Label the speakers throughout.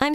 Speaker 1: I'm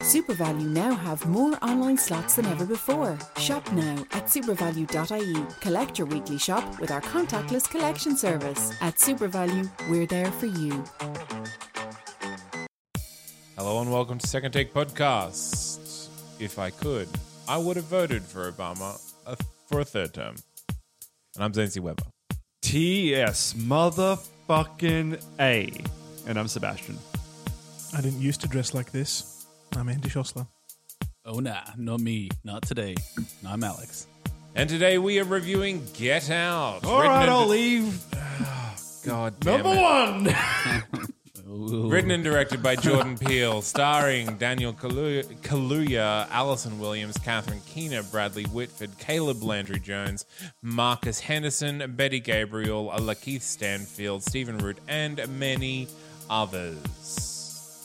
Speaker 2: SuperValue now have more online slots than ever before. Shop now at supervalue.ie. Collect your weekly shop with our contactless collection service. At SuperValue, we're there for you.
Speaker 3: Hello and welcome to Second Take Podcast. If I could, I would have voted for Obama a, for a third term. And I'm Zancy Weber.
Speaker 4: TS motherfucking A. And I'm Sebastian.
Speaker 5: I didn't used to dress like this. I'm Andy Schossler.
Speaker 6: Oh nah, not me, not today. I'm Alex.
Speaker 3: And today we are reviewing Get Out.
Speaker 4: All
Speaker 3: written
Speaker 4: right,
Speaker 3: and-
Speaker 4: I'll leave.
Speaker 3: God damn
Speaker 4: Number
Speaker 3: it.
Speaker 4: one.
Speaker 3: Written and directed by Jordan Peele, starring Daniel Kalu- Kaluuya, Allison Williams, Catherine Keener, Bradley Whitford, Caleb Landry Jones, Marcus Henderson, Betty Gabriel, Lakeith Stanfield, Stephen Root, and many others.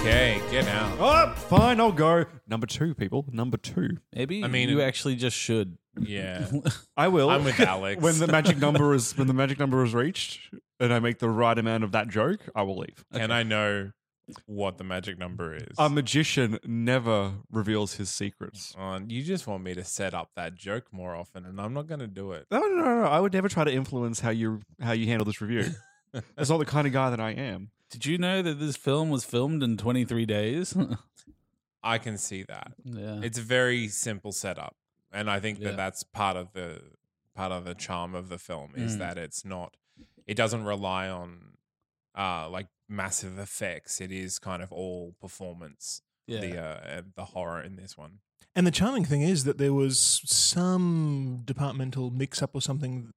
Speaker 3: Okay, get out.
Speaker 4: Oh, fine, I'll go. Number two, people. Number two.
Speaker 6: Maybe
Speaker 3: I mean-
Speaker 6: you actually just should.
Speaker 3: Yeah.
Speaker 4: I will.
Speaker 3: I'm with Alex.
Speaker 4: when the magic number is when the magic number is reached, and I make the right amount of that joke, I will leave.
Speaker 3: Can I know what the magic number is?
Speaker 5: Um,
Speaker 4: A magician never reveals his secrets.
Speaker 3: on. You just want me to set up that joke more often, and I'm not going to do it.
Speaker 4: No, no, no, no. I would never try to influence how you how you handle this review. That's not the kind of guy that I am.
Speaker 6: Did you know that this film was filmed in 23 days?
Speaker 3: I can see that.
Speaker 6: yeah.
Speaker 3: It's a very simple setup, and I think that
Speaker 6: Yeah.
Speaker 3: that's part of the part of the charm of the film is
Speaker 6: Mm.
Speaker 3: that it's not. It doesn't rely on uh like massive effects. It is kind of all performance.
Speaker 6: yeah.
Speaker 3: The uh, and the horror in this one.
Speaker 5: And the charming thing is that there was some departmental mix up or something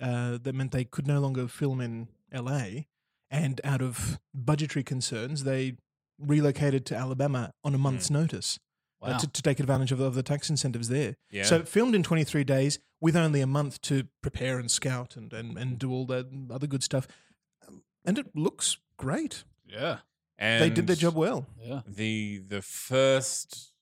Speaker 5: uh, that meant they could no longer film in LA. And out of budgetary concerns, they relocated to Alabama on a month's
Speaker 3: Hmm.
Speaker 5: notice uh,
Speaker 6: Wow.
Speaker 5: to, to take advantage of, the- of the tax incentives there.
Speaker 3: Yeah.
Speaker 5: So it filmed in 23 days with only a month to prepare and scout and, and, and do all that other good stuff. And it looks great.
Speaker 6: yeah.
Speaker 3: And
Speaker 5: they did their job well.
Speaker 6: Yeah.
Speaker 3: the the first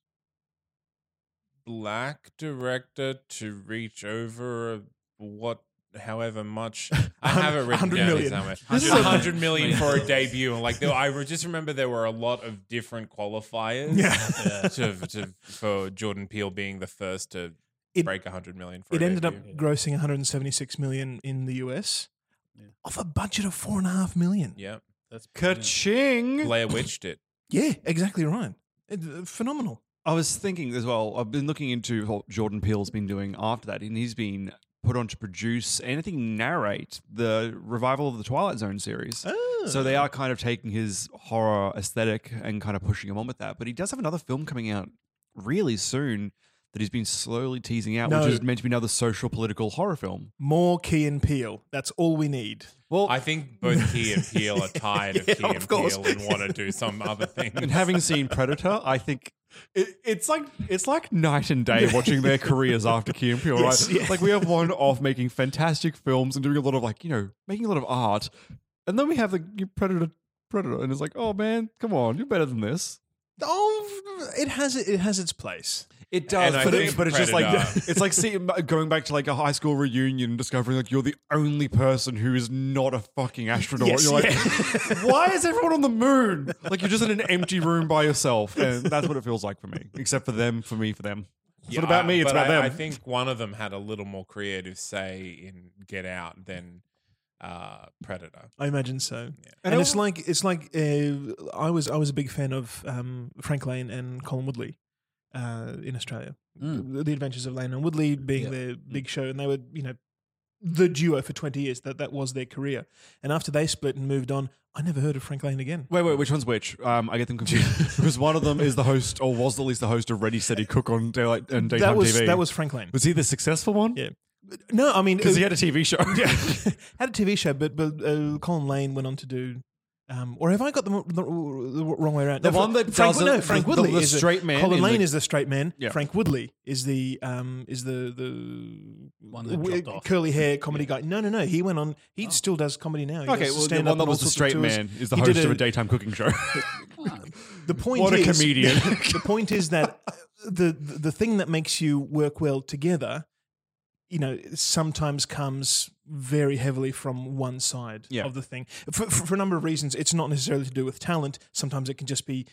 Speaker 3: black director to reach over what however much I have it written
Speaker 5: 100
Speaker 3: down
Speaker 5: million.
Speaker 3: somewhere.
Speaker 4: This
Speaker 6: is
Speaker 3: a
Speaker 6: a-
Speaker 3: hundred million for a
Speaker 6: Yeah.
Speaker 3: debut. And like there, I re- just remember there were a lot of different qualifiers
Speaker 5: Yeah.
Speaker 3: to, to for Jordan Peele being the first to
Speaker 5: It-
Speaker 3: break a hundred million for
Speaker 5: It
Speaker 3: a
Speaker 5: ended up
Speaker 3: debut.
Speaker 5: grossing 176 million in the US
Speaker 6: Yeah.
Speaker 5: off a budget of four and a half million.
Speaker 3: Yeah.
Speaker 6: That's
Speaker 4: Ka-ching!
Speaker 3: Blair Witched it.
Speaker 5: Yeah, exactly right. It, uh, phenomenal.
Speaker 4: I was thinking as well. I've been looking into what Jordan Peele's been doing after that, and he's been put on to produce and I think narrate the revival of the Twilight Zone series. So they are kind of taking his horror aesthetic and kind of pushing him on with that. But he does have another film coming out really soon that he's been slowly teasing out,
Speaker 5: No.
Speaker 4: which is meant to be another social political horror film.
Speaker 5: More Key and Peel. That's all we need.
Speaker 4: Well,
Speaker 3: I think both Key and Peele are tired of
Speaker 5: Yeah,
Speaker 3: Key and
Speaker 5: of course.
Speaker 3: Peele and want to do some other
Speaker 4: and
Speaker 3: thing.
Speaker 4: having seen Predator, I think it, it's like it's like night and day watching their careers after Key and Peele,
Speaker 5: Yes,
Speaker 4: right?
Speaker 5: yeah.
Speaker 4: Like we have one off making fantastic films and doing a lot of like you know making a lot of art, and then we have the Predator, Predator, and it's like, oh man, come on, you're better than this.
Speaker 5: Oh, it has it has its place.
Speaker 4: It
Speaker 3: does, And I
Speaker 4: but,
Speaker 3: think
Speaker 4: it- but it's just like
Speaker 3: Predator-
Speaker 4: it's like see, going back to like a high school reunion and discovering like you're the only person who is not a fucking astronaut.
Speaker 5: Yes,
Speaker 4: you're like, why is everyone on the moon? Like you're just in an empty room by yourself, and that's what it feels like for me. Except for them, for me, for them. It's
Speaker 3: Yeah,
Speaker 4: not about
Speaker 3: I-
Speaker 4: me. It's
Speaker 3: but
Speaker 4: about
Speaker 3: I,
Speaker 4: them.
Speaker 3: I think one of them had a little more creative say in Get Out than uh, Predator.
Speaker 5: I imagine so.
Speaker 4: And
Speaker 5: And,
Speaker 4: I
Speaker 5: it's
Speaker 4: al-
Speaker 5: like it's like uh, I was I was a big fan of um, Frank Lane and Colin Woodley uh, in Australia.
Speaker 6: Mm.
Speaker 5: The, the Adventures of Lane and Woodley being
Speaker 6: Yeah. Mm.
Speaker 5: their big show, and they were you know the duo for 20 years. That that was their career. And after they split and moved on, I never heard of Frank Lane again.
Speaker 4: Wait, wait, which one's which? Um, I get them confused because one of them is the host, or was at least the host of Ready Steady Cook on daylight and daytime
Speaker 5: that was
Speaker 4: TV.
Speaker 5: that was Frank Lane.
Speaker 4: was he the successful one?
Speaker 5: yeah. No, I mean
Speaker 4: because
Speaker 5: it-
Speaker 4: he had a TV show.
Speaker 5: had a TV show, but but uh, Colin Lane went on to do. Um, or have I got the, the, the wrong way around?
Speaker 4: The
Speaker 5: Fra-
Speaker 4: one that
Speaker 5: Frank,
Speaker 4: does the-
Speaker 5: no, Frank
Speaker 4: the-
Speaker 5: Woodley
Speaker 4: the
Speaker 5: is the
Speaker 4: straight man
Speaker 5: Colin
Speaker 4: in
Speaker 5: Lane
Speaker 4: the-
Speaker 5: is the straight man.
Speaker 4: Yeah.
Speaker 5: Frank Woodley is the um, is the the
Speaker 6: One that
Speaker 5: w-
Speaker 6: dropped off. Oh.
Speaker 5: curly hair comedy guy. No, no, no. He went on. He still does comedy now. He
Speaker 4: okay,
Speaker 5: does
Speaker 4: well, the
Speaker 5: stand-up
Speaker 4: one that
Speaker 5: and all
Speaker 4: was the
Speaker 5: sorts of
Speaker 4: straight
Speaker 5: tours.
Speaker 4: man is the
Speaker 5: He
Speaker 4: host
Speaker 5: did
Speaker 4: of
Speaker 5: a-
Speaker 4: a daytime cooking show.
Speaker 5: the point
Speaker 4: What a
Speaker 5: is-
Speaker 4: comedian.
Speaker 5: the point is that the, the the thing that makes you work well together, you know, sometimes comes very heavily from one side
Speaker 4: Yeah.
Speaker 5: of the thing for, for, for a number of reasons. It's not necessarily to do with talent. Sometimes it can just be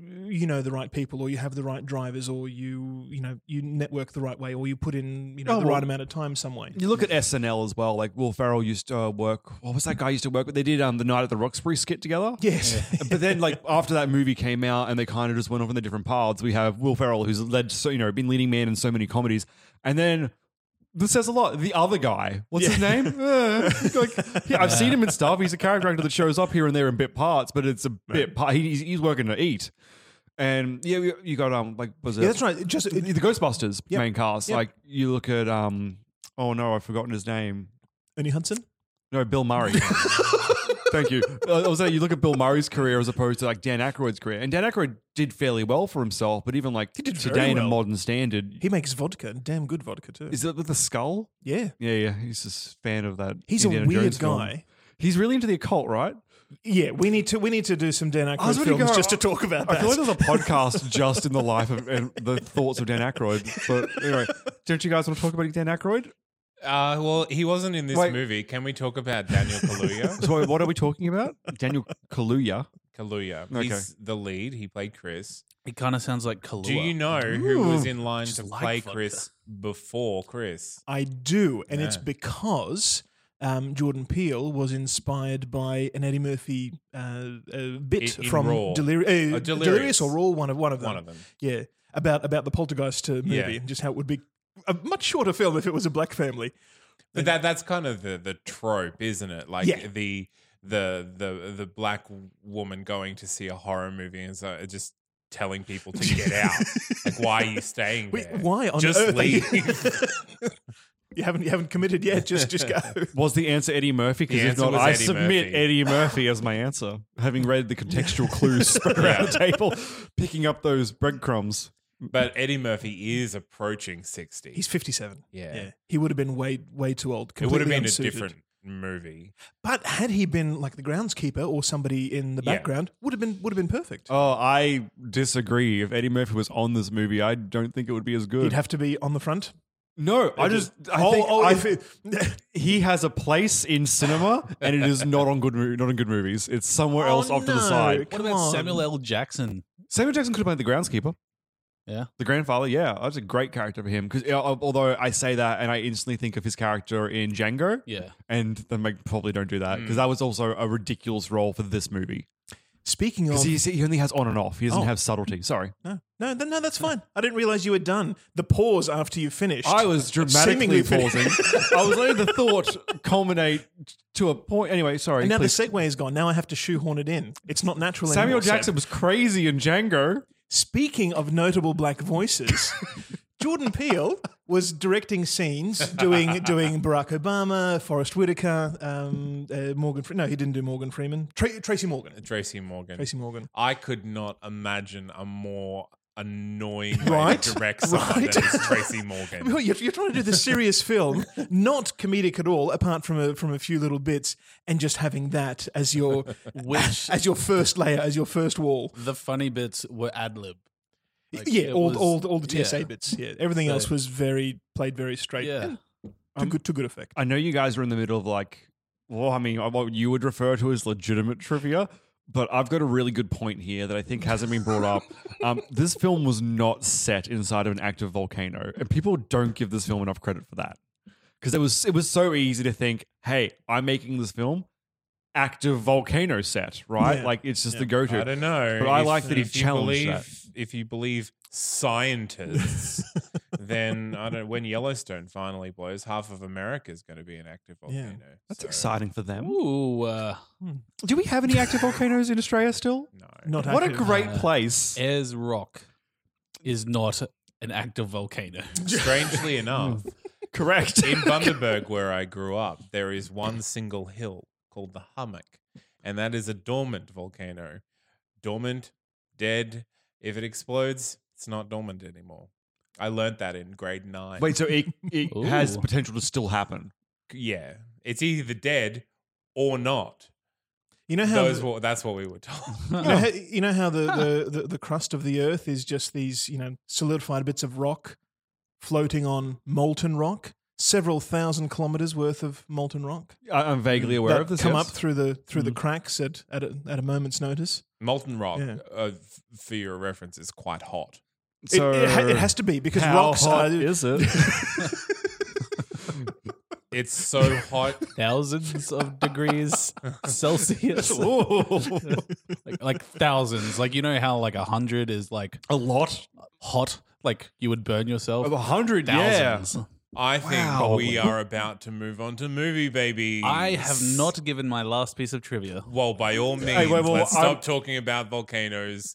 Speaker 5: you know the right people or you have the right drivers or you you know you network the right way or you put in you know
Speaker 4: Oh,
Speaker 5: the
Speaker 4: well-
Speaker 5: right amount of time some way
Speaker 4: You look at SNL as well. Like Will Ferrell used to uh, work. What was that guy used to work with? They did um, the Night at the Roxbury skit together.
Speaker 5: yes
Speaker 4: but then like after that movie came out and they kind of just went off in the different paths we have will ferrell who's led so you know been leading man in so many comedies and then this says a lot the other guy what's his name Uh, like yeah, i've seen him in stuff he's a character actor that shows up here and there in bit parts but it's a bit part he's, he's working to eat and yeah you- you got um like was it
Speaker 5: yeah that's right It just
Speaker 4: the,
Speaker 5: it,
Speaker 4: the ghostbusters main cast
Speaker 5: Yep.
Speaker 4: like you look at um oh no i've forgotten his name
Speaker 5: ernie hudson
Speaker 4: no, Bill Murray. Thank you. Uh, I was saying, you look at Bill Murray's career as opposed to like Dan Aykroyd's career, and Dan Aykroyd did fairly well for himself. But even like
Speaker 5: did very
Speaker 4: today in a
Speaker 5: well.
Speaker 4: modern standard,
Speaker 5: he makes vodka damn good vodka too
Speaker 4: is it with the skull?
Speaker 5: yeah
Speaker 4: Yeah, yeah. He's just a fan of that.
Speaker 5: He's a
Speaker 4: Indiana
Speaker 5: weird
Speaker 4: Jones film.
Speaker 5: guy.
Speaker 4: He's really into the occult, right?
Speaker 5: Yeah, we need to we need to do some Dan
Speaker 4: I was ready
Speaker 5: Aykroyd
Speaker 4: to
Speaker 5: films
Speaker 4: go-
Speaker 5: just to talk about
Speaker 4: I
Speaker 5: that.
Speaker 4: feel like there's a podcast just in the life of and the thoughts of Dan Aykroyd. But anyway, don't you guys want to talk about Dan Aykroyd?
Speaker 3: Uh, well, he wasn't in this
Speaker 4: Wait.
Speaker 3: movie. Can we talk about Daniel Kaluuya?
Speaker 4: So what are we talking about? Daniel Kaluuya.
Speaker 3: Kaluuya.
Speaker 4: Okay.
Speaker 3: He's the lead. He played Chris.
Speaker 6: It kind of sounds like Kahlua.
Speaker 3: Do you know who was in line
Speaker 6: Just
Speaker 3: to
Speaker 6: like
Speaker 3: play
Speaker 6: vodka.
Speaker 3: Chris before Chris?
Speaker 5: I do, and it's
Speaker 3: Yeah.
Speaker 5: because um, Jordan Peele was inspired by an Eddie Murphy uh, uh, bit
Speaker 3: In- in
Speaker 5: from
Speaker 3: Raw.
Speaker 5: Deliri- uh,
Speaker 3: Uh,
Speaker 5: Delirious.
Speaker 3: Delirious.
Speaker 5: or Raw, one of one of them.
Speaker 3: One of them.
Speaker 5: Yeah, about about the poltergeist uh, movie
Speaker 3: Yeah.
Speaker 5: and just how it would be a much shorter film if it was a black family.
Speaker 3: But that that's kind of the the trope, isn't it? Like
Speaker 5: Yeah.
Speaker 3: the the the the black woman going to see a horror movie and so just telling people to get out. like why are you staying
Speaker 5: Wait,
Speaker 3: there?
Speaker 5: why on
Speaker 3: just
Speaker 5: earth are you-
Speaker 3: leave?
Speaker 5: You haven't you haven't committed yet. Just just go.
Speaker 4: Was the answer Eddie Murphy?
Speaker 3: The
Speaker 4: Because if
Speaker 3: answer
Speaker 4: not,
Speaker 3: was
Speaker 4: I
Speaker 3: Eddie
Speaker 4: submit
Speaker 3: Murphy.
Speaker 4: Eddie Murphy as my answer, having read the contextual clues spread around the table, picking up those breadcrumbs.
Speaker 3: but Eddie Murphy is approaching sixty.
Speaker 5: He's fifty-seven.
Speaker 3: Yeah.
Speaker 5: he would have been way way too old.
Speaker 3: it would have
Speaker 5: completely
Speaker 3: been
Speaker 5: unsuited.
Speaker 3: a different movie.
Speaker 5: But had he been like the groundskeeper or somebody in the
Speaker 3: Yeah.
Speaker 5: background, would have been would have been perfect.
Speaker 4: Oh, I disagree. If Eddie Murphy was on this movie, I don't think it would be as good.
Speaker 5: You'd have to be on the front.
Speaker 4: no, I just I
Speaker 5: oh,
Speaker 4: think
Speaker 5: oh,
Speaker 4: I-
Speaker 5: if it-
Speaker 4: he has a place in cinema, and it is not on good mo- not in good movies. It's somewhere
Speaker 5: Oh,
Speaker 4: else off to the
Speaker 5: no.
Speaker 4: side.
Speaker 6: What
Speaker 5: Come
Speaker 6: about
Speaker 5: on.
Speaker 6: Samuel L. Jackson?
Speaker 4: Samuel Jackson could have played the groundskeeper.
Speaker 6: Yeah.
Speaker 4: The grandfather, yeah, that's a great character for him. Because although I say that, and I instantly think of his character in Django,
Speaker 6: Yeah.
Speaker 4: and then they probably don't do that because that was also a ridiculous role for this movie.
Speaker 5: Speaking of,
Speaker 4: Because he only has on and off. He doesn't
Speaker 5: Oh.
Speaker 4: have subtlety. Sorry,
Speaker 5: no, no, th- no, that's fine. I didn't realize you were done. The pause after you finished.
Speaker 4: I was dramatically
Speaker 5: Seemingly fin-
Speaker 4: pausing. I was letting the thought culminate to a point. Anyway, sorry.
Speaker 5: and now
Speaker 4: please.
Speaker 5: the segue is gone. Now I have to shoehorn it in. It's not natural
Speaker 4: Samuel
Speaker 5: anymore, Seb.
Speaker 4: Jackson was crazy in Django.
Speaker 5: Speaking of notable black voices, Jordan Peele was directing scenes, doing doing Barack Obama, Forrest Whitaker, um, uh, Morgan. Fre- no, he didn't do Morgan Freeman. Tra- Tracy Morgan.
Speaker 3: Tracy Morgan.
Speaker 5: Tracy Morgan.
Speaker 3: I could not imagine a more annoying way
Speaker 5: Right?
Speaker 3: to direct someone
Speaker 5: Right?
Speaker 3: than is Tracy Morgan.
Speaker 5: Well, You're, you're trying to do this serious film, not comedic at all, apart from a, from a few little bits, and just having that as your
Speaker 6: Which-
Speaker 5: as your first layer, as your first wall.
Speaker 6: The funny bits were ad lib. Like,
Speaker 5: yeah,
Speaker 6: it
Speaker 5: all,
Speaker 6: was-
Speaker 5: all all the TSA
Speaker 6: yeah.
Speaker 5: bits. Yeah, everything
Speaker 6: So-
Speaker 5: else was very played very straight.
Speaker 6: Yeah.
Speaker 5: and to
Speaker 4: Um,
Speaker 5: good to good effect.
Speaker 4: I know you guys are in the middle of like, well, I mean, what you would refer to as legitimate trivia, but I've got a really good point here that I think hasn't been brought up. Um, this film was not set inside of an active volcano, and people don't give this film enough credit for that because it was it was so easy to think, hey, I'm making this film. Active volcano set, right?
Speaker 5: Yeah.
Speaker 4: Like it's just the go-to.
Speaker 3: I don't know.
Speaker 4: but I like that he
Speaker 3: you
Speaker 4: challenged
Speaker 3: believe,
Speaker 4: that.
Speaker 3: If you believe scientists, then I don't. When Yellowstone finally blows, half of America is going to be an active
Speaker 5: Yeah.
Speaker 3: volcano.
Speaker 4: That's
Speaker 3: So,
Speaker 4: exciting for them.
Speaker 6: Ooh, uh,
Speaker 4: Do we have any active volcanoes in Australia still?
Speaker 3: No,
Speaker 5: Not
Speaker 4: What a
Speaker 5: active.
Speaker 4: great
Speaker 6: Uh,
Speaker 4: place.
Speaker 6: Ayers Rock is not an active volcano.
Speaker 3: strangely enough,
Speaker 4: Correct.
Speaker 3: in Bundaberg, where I grew up, there is one single hill called the Hummock, and that is a dormant volcano. Dormant, dead. If it explodes, it's not dormant anymore. I learnt that in grade nine.
Speaker 4: Wait, so it, it
Speaker 6: Ooh.
Speaker 4: has the potential to still happen.
Speaker 3: yeah, it's either dead or not.
Speaker 5: You know how
Speaker 3: Those were, that's what we were told.
Speaker 5: you, know how, you know how the, the, the, the crust of the earth is just these you know solidified bits of rock floating on molten rock, several thousand kilometers worth of molten rock
Speaker 4: I, am vaguely aware
Speaker 5: Mm. that
Speaker 4: of this.
Speaker 5: come
Speaker 4: yes. Mm-hmm.
Speaker 5: up through the through the cracks at at a, at a moment's notice.
Speaker 3: Molten rock,
Speaker 5: Yeah.
Speaker 3: uh, f- for your reference, is quite hot.
Speaker 5: It- it, ha- it has to be because
Speaker 4: how
Speaker 5: rocks
Speaker 4: hot
Speaker 5: are.
Speaker 4: is it?
Speaker 3: It's so hot.
Speaker 6: Thousands of degrees Celsius. like, like thousands. Like you know how like a hundred is like
Speaker 4: a lot.
Speaker 6: hot, like you would burn yourself.
Speaker 3: Oh,
Speaker 4: Of a hundred. Yeah.
Speaker 6: thousands.
Speaker 3: I think
Speaker 4: Wow.
Speaker 3: we are about to move on to movie baby.
Speaker 6: I have not given my last piece of trivia.
Speaker 3: Well, by all means,
Speaker 4: wait, well,
Speaker 3: let's
Speaker 4: I'm-
Speaker 3: stop talking about volcanoes.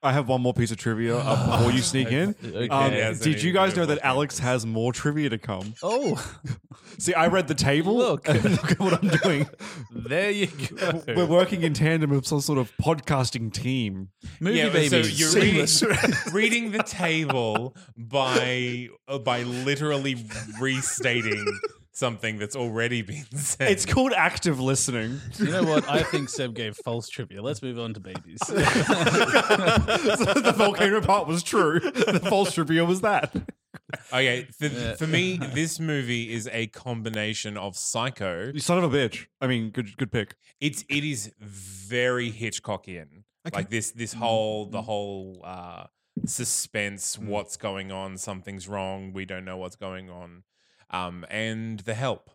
Speaker 4: I have one more piece of trivia up before you sneak in.
Speaker 6: Okay.
Speaker 4: Um,
Speaker 3: Yeah, so
Speaker 4: did you
Speaker 3: you
Speaker 4: guys
Speaker 3: do
Speaker 4: know that
Speaker 3: both
Speaker 4: Alex has more trivia to come?
Speaker 6: Oh,
Speaker 4: See, I read the table.
Speaker 6: Look.
Speaker 4: and look at what I'm doing.
Speaker 6: there you go.
Speaker 4: We're working in tandem with some sort of podcasting team.
Speaker 6: Movie
Speaker 3: yeah,
Speaker 6: babies.
Speaker 3: so you're reading, reading the table by uh, by literally restating something that's already been said.
Speaker 4: It's called active listening.
Speaker 6: You know what? I think Seb gave false trivia. Let's move on to babies.
Speaker 4: the volcano part was true. The false trivia was that.
Speaker 3: okay. For, for me, this movie is a combination of Psycho.
Speaker 4: You son of a bitch. I mean, good good pick.
Speaker 3: It's it is very Hitchcockian. Like this this whole
Speaker 4: Mm-hmm.
Speaker 3: the whole uh suspense,
Speaker 4: Mm.
Speaker 3: what's going on, something's wrong, we don't know what's going on. Um and The Help.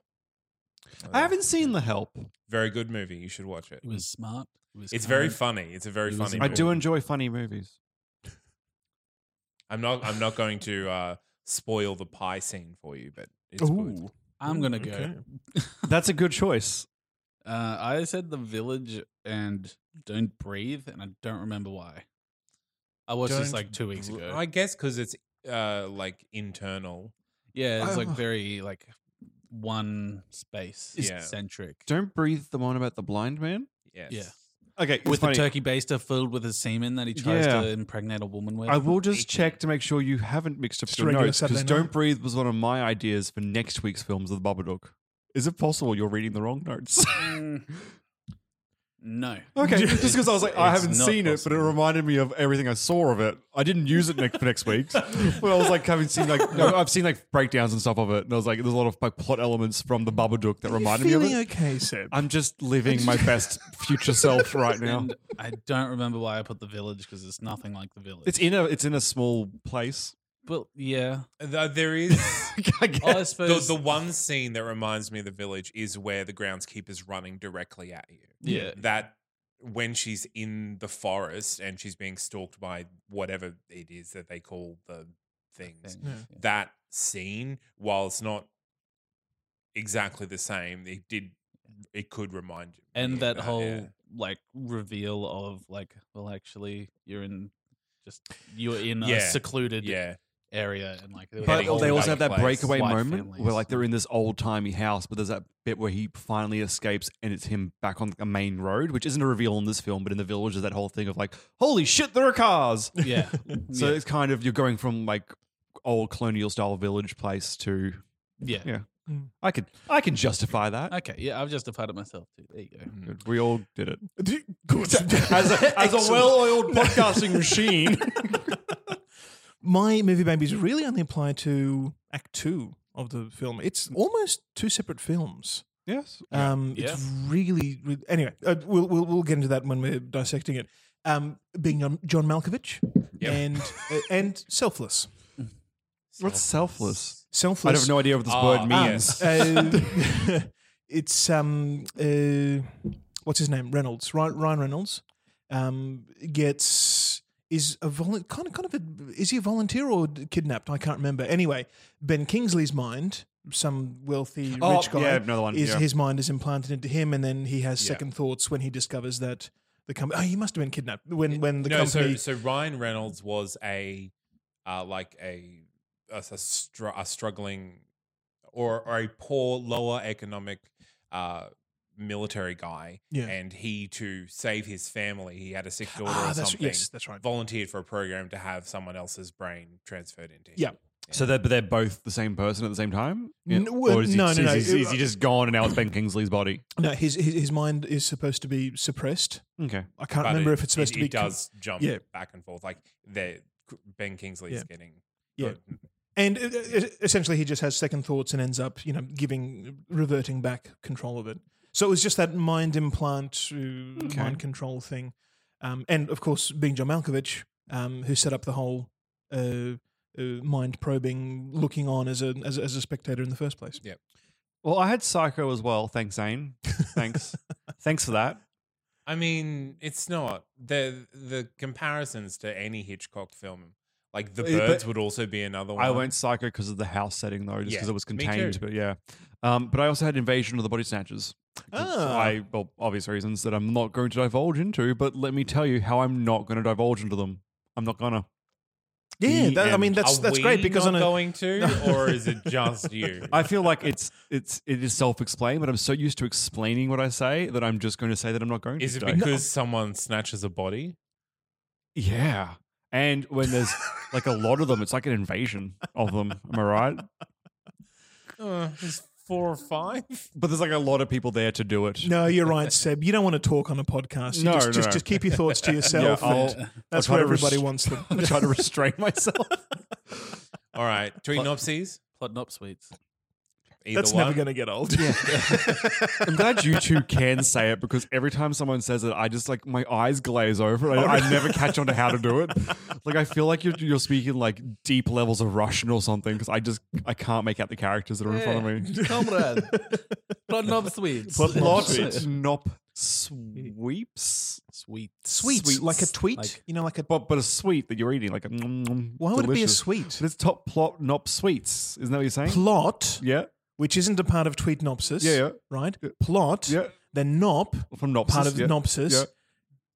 Speaker 4: I haven't seen The Help.
Speaker 3: Very good movie. You should watch it.
Speaker 6: It was smart. It was
Speaker 3: It's very
Speaker 6: kind.
Speaker 3: funny. It's a very
Speaker 6: It was
Speaker 3: funny
Speaker 6: a-
Speaker 4: I
Speaker 3: movie.
Speaker 4: do enjoy funny movies.
Speaker 3: I'm not I'm not going to uh spoil the pie scene for you, but it's good.
Speaker 6: I'm gonna go.
Speaker 4: That's a good choice.
Speaker 6: Uh, I said the village and don't breathe, and I don't remember why. I watched this
Speaker 3: Don't
Speaker 6: like two weeks
Speaker 3: br-
Speaker 6: ago.
Speaker 3: I guess because it's uh like internal.
Speaker 6: yeah, it's like
Speaker 4: Oh.
Speaker 6: very like one space
Speaker 3: Yeah.
Speaker 6: centric.
Speaker 4: Don't breathe the one about the blind man.
Speaker 3: Yes.
Speaker 6: Yeah.
Speaker 4: Okay, it's
Speaker 6: with
Speaker 4: funny.
Speaker 6: the turkey baster filled with his semen that he tries
Speaker 4: Yeah.
Speaker 6: to impregnate a woman with.
Speaker 4: I will just check to make sure you haven't mixed up
Speaker 5: Just
Speaker 4: your
Speaker 5: regular
Speaker 4: notes because
Speaker 5: Saturday night.
Speaker 4: "Don't Breathe" was one of my ideas for next week's films of the Babadook. Is it possible you're reading the wrong notes?
Speaker 6: Mm. no.
Speaker 4: okay, just because I was like, I
Speaker 6: It's
Speaker 4: haven't
Speaker 6: not
Speaker 4: seen it, but it
Speaker 6: possible.
Speaker 4: reminded me of everything I saw of it. I didn't use it next for next week, but I was like, having seen like no, I've seen like breakdowns and stuff of it, and I was like, there's a lot of like plot elements from the Babadook that reminded me of it.
Speaker 5: Feeling okay, Seb.
Speaker 4: I'm just living my best future self right now.
Speaker 6: And I don't remember why I put the village because it's nothing like the village.
Speaker 4: It's in a it's in a small place.
Speaker 6: but yeah.
Speaker 3: Th- there is
Speaker 4: I guess.
Speaker 6: Oh, I
Speaker 3: the,
Speaker 6: suppose
Speaker 3: the one scene that reminds me of the village is where the groundskeeper's running directly at you.
Speaker 6: Yeah.
Speaker 3: That when she's in the forest and she's being stalked by whatever it is that they call the things.
Speaker 6: thing.
Speaker 5: Yeah.
Speaker 3: That scene, while it's not exactly the same, it did it could remind you.
Speaker 6: and that whole
Speaker 3: yeah.
Speaker 6: like reveal of like well actually you're in just you're in
Speaker 3: Yeah.
Speaker 6: a secluded
Speaker 3: Yeah.
Speaker 6: area and like there was
Speaker 4: But
Speaker 6: a whole,
Speaker 4: they
Speaker 6: like,
Speaker 4: also have that
Speaker 3: place.
Speaker 4: breakaway
Speaker 6: White
Speaker 4: moment
Speaker 6: families.
Speaker 4: where like they're in this old timey house, but there's that bit where he finally escapes and it's him back on a main road, which isn't a reveal in this film, but in the village is that whole thing of like, holy shit, there are cars.
Speaker 6: yeah
Speaker 4: So
Speaker 6: yeah,
Speaker 4: it's kind of you're going from like old colonial style village place to
Speaker 6: yeah.
Speaker 4: yeah. I could I can justify that.
Speaker 6: okay yeah I've justified it myself too there you go
Speaker 4: Good. We all did it.
Speaker 5: Good.
Speaker 4: As a, as a well oiled podcasting machine.
Speaker 5: my movie babies really only apply to Act Two of the film. It's almost two separate films.
Speaker 4: yes.
Speaker 5: Um, It's really, re- anyway. Uh, we'll, we'll we'll get into that when we're dissecting it. Um, being John, John Malkovich and uh, and selfless,
Speaker 4: What's selfless?
Speaker 5: selfless.
Speaker 4: I have no idea what this
Speaker 3: Ah,
Speaker 4: word
Speaker 5: Um,
Speaker 4: means.
Speaker 5: uh, it's um, uh, what's his name? Reynolds, Ryan, Ryan Reynolds, um, gets is a volu- kind of kind of a, is he a volunteer or d- kidnapped? I can't remember. Anyway, Ben Kingsley's mind, some wealthy
Speaker 4: Oh,
Speaker 5: rich guy,
Speaker 4: yeah, another one,
Speaker 5: is
Speaker 4: yeah.
Speaker 5: his mind is implanted into him, and then he has
Speaker 4: Yeah.
Speaker 5: second thoughts when he discovers that the company. Oh, he must have been kidnapped when when the
Speaker 3: no,
Speaker 5: company.
Speaker 3: so so Ryan Reynolds was a uh, like a a, s- a str- a struggling or or a poor lower economic uh, military guy,
Speaker 5: Yeah.
Speaker 3: and he to save his family, he had a sick daughter
Speaker 5: ah,
Speaker 3: or
Speaker 5: that's
Speaker 3: something.
Speaker 5: yes, that's right.
Speaker 3: Volunteered for a program to have someone else's brain transferred into him.
Speaker 5: Yeah.
Speaker 4: So they're, but they're both the same person at the same time?
Speaker 5: N- well,
Speaker 4: or is he,
Speaker 5: no, no,
Speaker 4: is
Speaker 5: no.
Speaker 4: he- is he just gone and now it's Ben Kingsley's body?
Speaker 5: No, his, his his mind is supposed to be suppressed.
Speaker 4: Okay.
Speaker 5: I can't
Speaker 3: But
Speaker 5: remember
Speaker 3: it-
Speaker 5: if it's supposed
Speaker 3: it-
Speaker 5: to be.
Speaker 3: It does jump
Speaker 5: yeah.
Speaker 3: back and forth. Like they Ben Kingsley is
Speaker 5: Yeah.
Speaker 3: getting.
Speaker 5: Yeah. And uh, uh, essentially, he just has second thoughts and ends up, you know, giving, reverting back control of it. So it was just that mind implant, uh, mind control thing. Um, and of course, being John Malkovich, um, who set up the whole uh, uh, mind probing, looking on as a, as, a- as a spectator in the first place.
Speaker 4: Well, I had Psycho as well. Thanks, Zane. Thanks. Thanks for that.
Speaker 3: I mean, it's not the the comparisons to any Hitchcock film. Like the
Speaker 4: Uh, but-
Speaker 3: birds would also be another one.
Speaker 4: I went Psycho because of the house setting, though, just because
Speaker 3: Yeah,
Speaker 4: it was
Speaker 3: me too.
Speaker 4: contained. But yeah. Um, but I also had Invasion of the Body Snatchers. 'Cause
Speaker 5: Ah.
Speaker 4: I, well, obvious reasons that I'm not going to divulge into, but let me tell you how I'm not going to divulge into them. I'm not going to.
Speaker 5: Yeah,
Speaker 4: The
Speaker 5: that, I mean
Speaker 4: end.
Speaker 5: that's
Speaker 3: Are
Speaker 5: that's
Speaker 3: we
Speaker 5: great because
Speaker 3: not
Speaker 5: on a,
Speaker 3: going to, or is it just you?
Speaker 4: I feel like it's it's it is self-explained, but I'm so used to explaining what I say that I'm just going to say that I'm not going to.
Speaker 3: is it
Speaker 4: today.
Speaker 3: because someone snatches a body?
Speaker 4: Yeah. And when there's like a lot of them, it's like an invasion of them. Am I right?
Speaker 3: Uh, there's four or five.
Speaker 4: But there's like a lot of people there to do it.
Speaker 5: no, you're right, Seb. You don't want to talk on a podcast. You
Speaker 4: No,
Speaker 5: just,
Speaker 4: no,
Speaker 5: just
Speaker 4: no.
Speaker 5: just keep your thoughts to
Speaker 4: Yeah,
Speaker 5: yourself.
Speaker 4: I'll-
Speaker 5: and
Speaker 4: I'll
Speaker 5: that's
Speaker 4: try
Speaker 5: where
Speaker 4: to rest-
Speaker 5: everybody wants them.
Speaker 4: I'll try to restrain myself.
Speaker 3: All right, three nopsies.
Speaker 6: Plot nop sweets.
Speaker 3: Either
Speaker 5: That's
Speaker 3: one.
Speaker 5: never going to get old.
Speaker 4: I'm glad you two can say it because every time someone says it, I just like my eyes glaze over. and I, I never catch on to how to do it. Like I feel like you're, you're speaking like deep levels of Russian or something because I just I can't make out the characters that are in front of me.
Speaker 6: Comrade. Plot nop sweets.
Speaker 4: Lots nop sweeps.
Speaker 6: Sweet.
Speaker 5: Sweet, like a tweet,
Speaker 6: Like-
Speaker 5: you know, like a.
Speaker 4: But but a sweet that you're eating, like a mm, mm,
Speaker 5: Why would it be a
Speaker 4: delicious.
Speaker 5: sweet?
Speaker 4: But it's top plot nop sweets, isn't that what you're saying?
Speaker 5: plot,
Speaker 4: yeah,
Speaker 5: which isn't a part of Tweetnopsis,
Speaker 4: Yeah, yeah.
Speaker 5: right? Plot,
Speaker 4: yeah.
Speaker 5: then nop,
Speaker 4: From nopsis,
Speaker 5: part of
Speaker 4: yeah.
Speaker 5: nopsis,
Speaker 4: Yeah.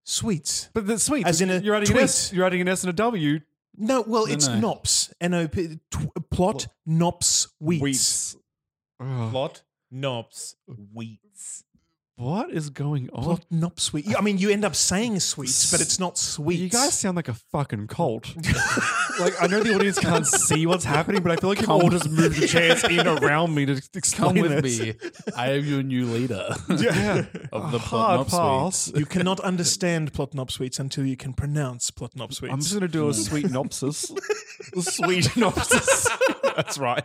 Speaker 5: sweets.
Speaker 4: But the sweets,
Speaker 5: As in a
Speaker 4: you're adding
Speaker 5: tweet.
Speaker 4: an S, you're adding an S and a W.
Speaker 5: No, well,
Speaker 6: No,
Speaker 5: it's
Speaker 6: no.
Speaker 5: nops, N-O-P, tw- plot, nops, wheats.
Speaker 4: Wheats. Ugh.
Speaker 3: plot nops wheats.
Speaker 4: What is going on?
Speaker 5: Plot, nops, sweet. Yeah, I mean, you end up saying sweets, but it's not sweets.
Speaker 4: You guys sound like a fucking cult. like I know the audience can't see what's happening, but I feel like you've all just moved your chairs in around me to explain
Speaker 6: Come with
Speaker 4: this.
Speaker 6: me. I am your new leader
Speaker 4: Yeah.
Speaker 6: of the
Speaker 4: Hard
Speaker 6: plot nop
Speaker 4: pass.
Speaker 6: sweets.
Speaker 5: You cannot understand plot, nops, sweets until you can pronounce plot, nops, sweets.
Speaker 4: I'm just gonna do a sweet nopsis. A sweet nopsis. That's right.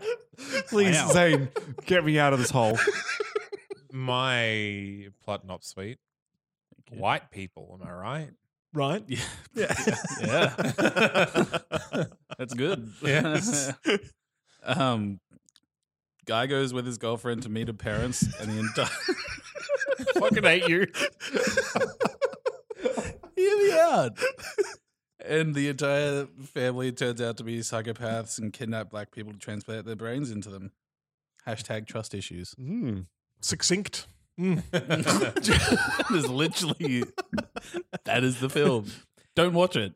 Speaker 4: Please,
Speaker 6: Wow.
Speaker 4: Zane, get me out of this hole.
Speaker 3: My plot nop sweet. White people, am I right?
Speaker 5: right?
Speaker 6: Yeah. Yeah. That's good.
Speaker 3: Yes.
Speaker 6: um, guy goes with his girlfriend to meet her parents, and the entire fucking hate you. Hear me out. And the entire family turns out to be psychopaths and kidnap black people to transplant their brains into them. Hashtag trust issues.
Speaker 4: Mm.
Speaker 5: Succinct.
Speaker 6: that is literally that is the film. Don't watch it.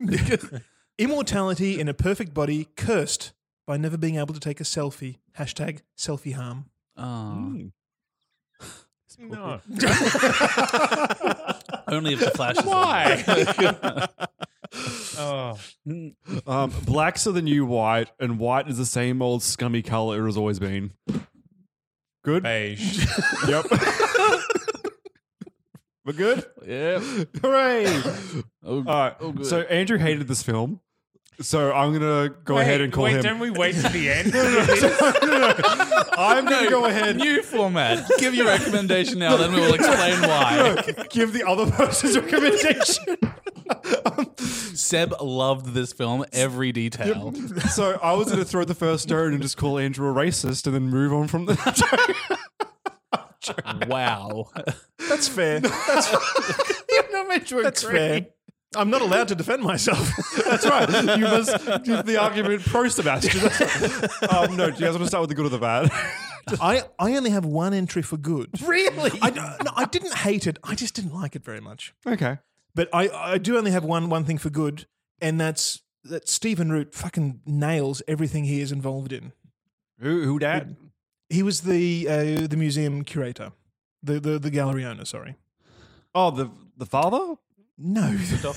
Speaker 5: Immortality in a perfect body, cursed by never being able to take a selfie. Hashtag selfie harm.
Speaker 6: Oh.
Speaker 3: No.
Speaker 6: Only if the flash is on.
Speaker 3: Why? oh,
Speaker 4: Um, blacks are the new white, and white is the same old scummy color it has always been. Good.
Speaker 3: beige.
Speaker 4: Yep. We're good.
Speaker 6: Yep.
Speaker 4: Hooray!
Speaker 6: Oh,
Speaker 4: All right. so Andrew hated this film. So I'm gonna go ahead and call
Speaker 3: wait,
Speaker 4: him.
Speaker 3: Don't we wait to the end?
Speaker 4: I'm gonna go ahead.
Speaker 6: New format. Give your recommendation now, then we will explain why.
Speaker 4: Give the other person's recommendation.
Speaker 6: Seb loved this film, every detail.
Speaker 4: so I was gonna throw the first stone and just call Andrew a racist and then move on from the.
Speaker 6: Wow.
Speaker 5: That's fair. That's,
Speaker 4: You're not meant to
Speaker 5: that's fair. I'm not allowed to defend myself.
Speaker 4: That's right. You must give the argument pro Sebastian. um, no, do you guys want to start with the good or the bad?
Speaker 5: I, I only have one entry for good.
Speaker 4: really?
Speaker 5: I, don't- no, I didn't hate it. I just didn't like it very much.
Speaker 4: okay.
Speaker 5: But I, I do only have one one thing for good, and that's that Stephen Root fucking nails everything he is involved in.
Speaker 4: Who, who dad?
Speaker 5: He was the uh, the museum curator, the, the the gallery owner. Sorry,
Speaker 4: Oh, the the father?
Speaker 5: no, no,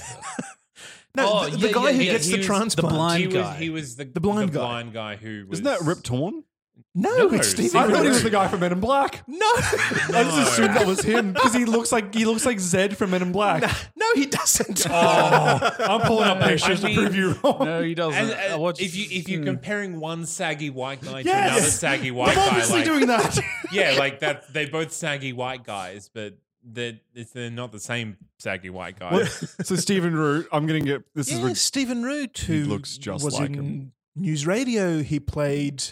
Speaker 7: Oh,
Speaker 5: the,
Speaker 7: yeah,
Speaker 5: the guy
Speaker 7: yeah,
Speaker 5: who
Speaker 7: yeah,
Speaker 5: gets
Speaker 7: he
Speaker 5: the
Speaker 7: was
Speaker 5: transplant.
Speaker 7: the blind-
Speaker 3: he was
Speaker 7: guy.
Speaker 3: he was the,
Speaker 5: blind guy.
Speaker 3: blind guy who was
Speaker 4: Isn't that Rip Torn?
Speaker 5: No,
Speaker 3: No,
Speaker 5: it's Stephen.
Speaker 3: I thought he
Speaker 5: Root.
Speaker 3: was the
Speaker 4: guy from Men in Black.
Speaker 5: No,
Speaker 4: I just assumed that was him because he looks like he looks like Zed from Men in Black.
Speaker 5: no, he doesn't.
Speaker 4: Oh, I'm pulling up pictures
Speaker 3: I mean-
Speaker 4: to prove you wrong.
Speaker 6: No, he doesn't.
Speaker 3: And,
Speaker 6: I
Speaker 3: uh,
Speaker 6: watched-
Speaker 3: if you if you're
Speaker 6: Hmm.
Speaker 3: comparing one saggy white guy
Speaker 4: Yes!
Speaker 3: to another saggy white
Speaker 4: I'm
Speaker 3: guy,
Speaker 4: obviously
Speaker 3: like,
Speaker 4: doing that.
Speaker 3: yeah, like that they're both saggy white guys, but they're it's, they're not the same saggy white guy.
Speaker 4: so Stephen Root, I'm gonna get this
Speaker 5: yeah,
Speaker 4: is
Speaker 5: Stephen Root, who
Speaker 4: He looks just
Speaker 5: was
Speaker 4: like
Speaker 5: in
Speaker 4: him.
Speaker 5: News Radio. He played,